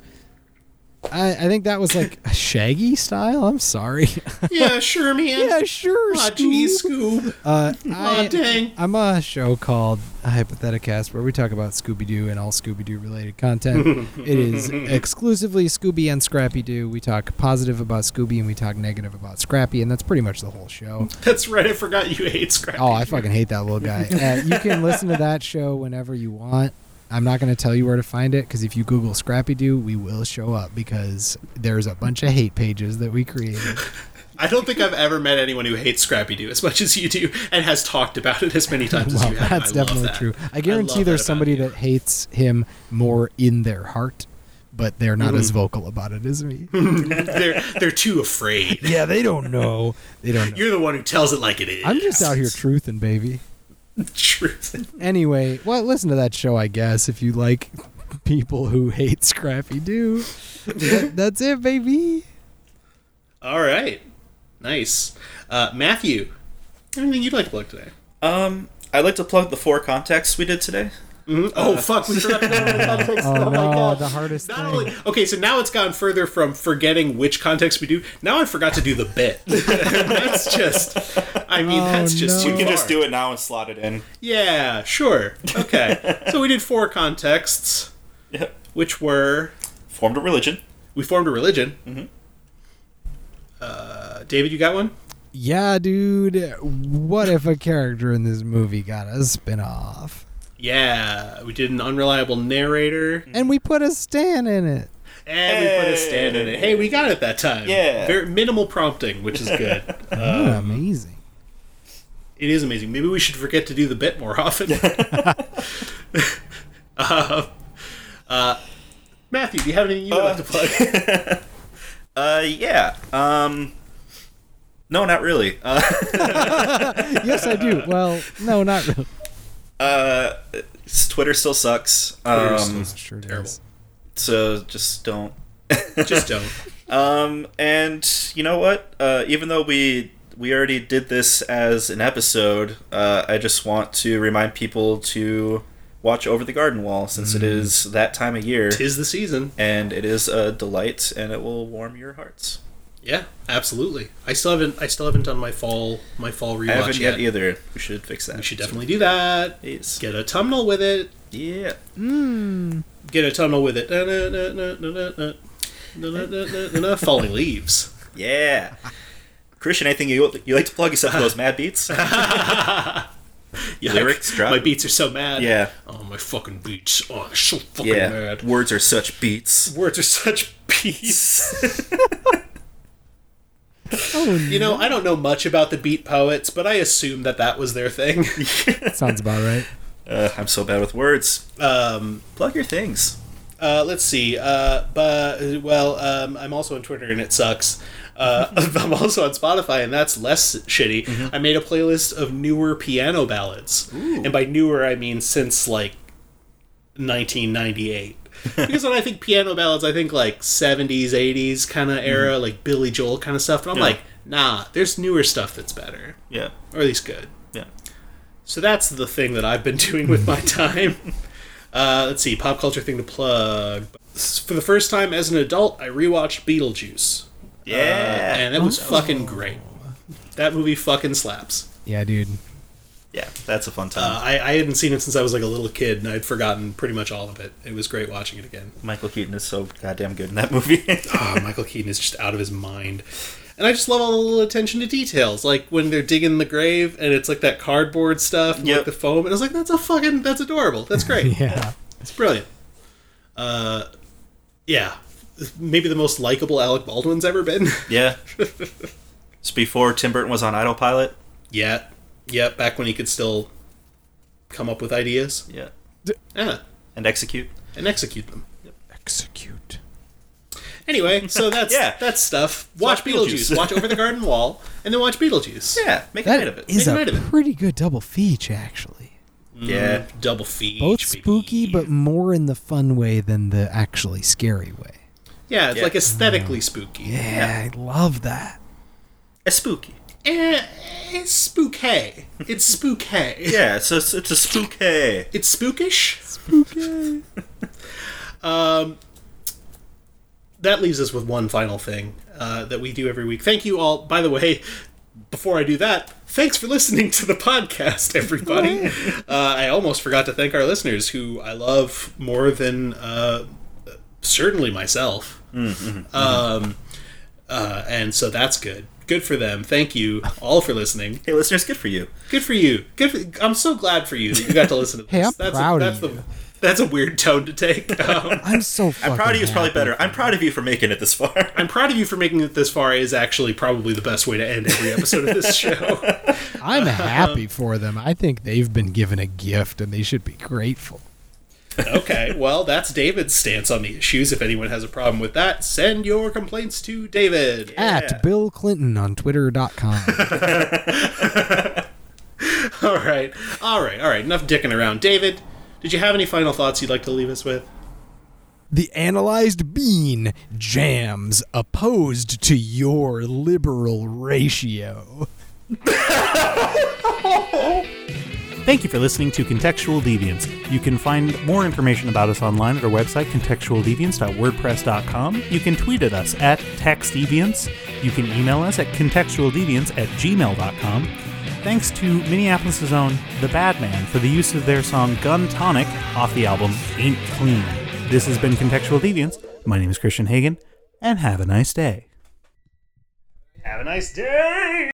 I I think that was like Shaggy style. I'm sorry. Yeah, sure, man. yeah, sure. Aw, Scoob. geez, Scoob. Uh, Aw, I, dang. I'm on a show called Hypotheticast where we talk about Scooby Doo and all Scooby Doo related content. it is exclusively Scooby and Scrappy Doo. We talk positive about Scooby and we talk negative about Scrappy, and that's pretty much the whole show. That's right. I forgot you hate Scrappy. Oh, I fucking hate that little guy. Uh, you can listen to that show whenever you want. I'm not going to tell you where to find it because if you Google Scrappy Doo, we will show up because there's a bunch of hate pages that we created. I don't think I've ever met anyone who hates Scrappy Doo as much as you do, and has talked about it as many times as well, you have. that's I love definitely that. true. I love guarantee that there's about somebody you. that hates him more in their heart, but they're not Mm. as vocal about it as me. they're they're too afraid. yeah, they don't know. They don't know. You're the one who tells it like it is. I'm just out here truthing, baby. truth. Anyway, well, listen to that show, I guess, if you like people who hate Scrappy Doo. That- that's it, baby. All right, nice, uh, Matthew. Anything you'd like to plug today? Um, I'd like to plug the four contexts we did today. Oh fuck, we forgot to go over the context. Oh, Oh, no, my god. the hardest Not thing. only okay, so now it's gone further from forgetting which context we do. Now I forgot to do the bit. that's just. I mean, Oh, that's no. just. too We can just far. do it now and slot it in. Yeah, sure. Okay. so we did four contexts, Yep. which were Formed a religion. we formed a religion. Mm-hmm. Uh, David, you got one? Yeah, dude. What if a character in this movie got a spin-off? Yeah, we did an unreliable narrator, And we put a Stan in it. and we put a stand in it. Hey, we got it that time. Yeah. very minimal prompting, which is good. Oh, Um, amazing. it is amazing. Maybe we should forget to do the bit more often. uh, uh, Matthew, do you have anything you'd like to plug? Uh, yeah. Um, no, not really. Uh, Yes, I do. Well, no, not really. uh, Twitter still sucks. Um, Sure terrible. does. so just don't. Just don't. Um, and you know what? Uh, even though we we already did this as an episode. Uh, I just want to remind people to watch Over the Garden Wall since it is that time of year, Mm. Tis the season. and it is a delight, and it will warm your hearts. Yeah, absolutely. I still haven't. I still haven't done my fall. My fall rewatch I haven't yet. yet either. We should fix that. We should definitely do that. Yes. Get a thumbnail with it. Yeah. Get a thumbnail with it. Na-na-na-na-na-na. Na-na-na-na-na-na. Falling leaves. Yeah. Christian, anything you you like to plug except for those mad beats? Yeah, Lyrics drop. My beats are so mad. Yeah. Oh, my fucking beats. Oh, they're so fucking Yeah. mad. Words are such beats. Words are such beats. Oh, You know, I don't know much about the beat poets, but I assume that that was their thing. sounds about right. Uh, I'm so bad with words. Um, Plug your things. Uh, let's see. Uh, but well, um, I'm also on Twitter and it sucks. Uh, I'm also on Spotify and that's less shitty. I made a playlist of newer piano ballads, and by newer I mean since like 1998. because when I think piano ballads, I think like 70s, 80s kind of era, like Billy Joel kind of stuff. But I'm Yeah. like, nah, there's newer stuff that's better, Yeah. or at least good. Yeah. So that's the thing that I've been doing with my time. Uh, let's see, pop culture thing to plug. S- For the first time as an adult, I rewatched Beetlejuice, Uh, Yeah. and it was fucking great. That movie fucking slaps. Yeah, dude. yeah. That's a fun time. Uh, I, I hadn't seen it since I was like a little kid, and I'd forgotten pretty much all of it. It was great watching it again. Michael Keaton is so goddamn good in that movie. Oh, Michael Keaton is just out of his mind. And I just love all the little attention to details, like when they're digging the grave and it's like that cardboard stuff, and like Yep. the foam. And I was like, that's a fucking, that's adorable. That's great. Yeah. It's brilliant. Uh, yeah, maybe the most likable Alec Baldwin's ever been. yeah. It's before Tim Burton was on Idle Pilot. yeah, yeah. Back when he could still come up with ideas, Yeah. yeah, And Execute. and execute them. Execute. Anyway, so that's Yeah. that's stuff. Watch, watch Beetlejuice. Beetlejuice. watch Over the Garden Wall, and then watch Beetlejuice. Yeah. Make a night of That it. is Make a a night of it. pretty good double feature, actually. yeah. double feature. Both spooky, baby. but more in the fun way than the actually scary way. yeah, it's Yeah. like aesthetically spooky. Yeah, I love that. A spooky. Eh, it's spooky. It's spooky. Yeah. So it's, it's a spooky. It's spookish. Spooky. that leaves us with one final thing uh, that we do every week. Thank you all. By the way, before I do that, thanks for listening to the podcast, everybody. uh, I almost forgot to thank our listeners, who I love more than uh, certainly myself. Um, uh, and so that's good. Good for them. Thank you all for listening. Hey, listeners, good for you. Good for you. Good. For, I'm so glad for you that you got to listen to this. Hey, I'm proud a, of that's you. A, that's a weird tone to take. Um, I'm so fucking I'm proud of you is probably happy. better. I'm proud of you for making it this far. I'm proud of you for making it this far is actually probably the best way to end every episode of this show. I'm happy for them. I think they've been given a gift and they should be grateful. okay, well, that's David's stance on the issues. If anyone has a problem with that, send your complaints to David. At Bill Clinton on Twitter.com. All right, all right, all right. Enough dicking around. David, did you have any final thoughts you'd like to leave us with? the analyzed bean jams opposed to your liberal ratio. Thank you for listening to Contextual Deviance. You can find more information about us online at our website, contextualdeviance.wordpress.com. You can tweet at us at textdeviance. You can email us at contextualdeviance at gmail.com. Thanks to Minneapolis' own The Bad Man for the use of their song Gun Tonic off the album Ain't Clean. This has been Contextual Deviance. My name is Christian Hagen, and have a nice day. Have a nice day!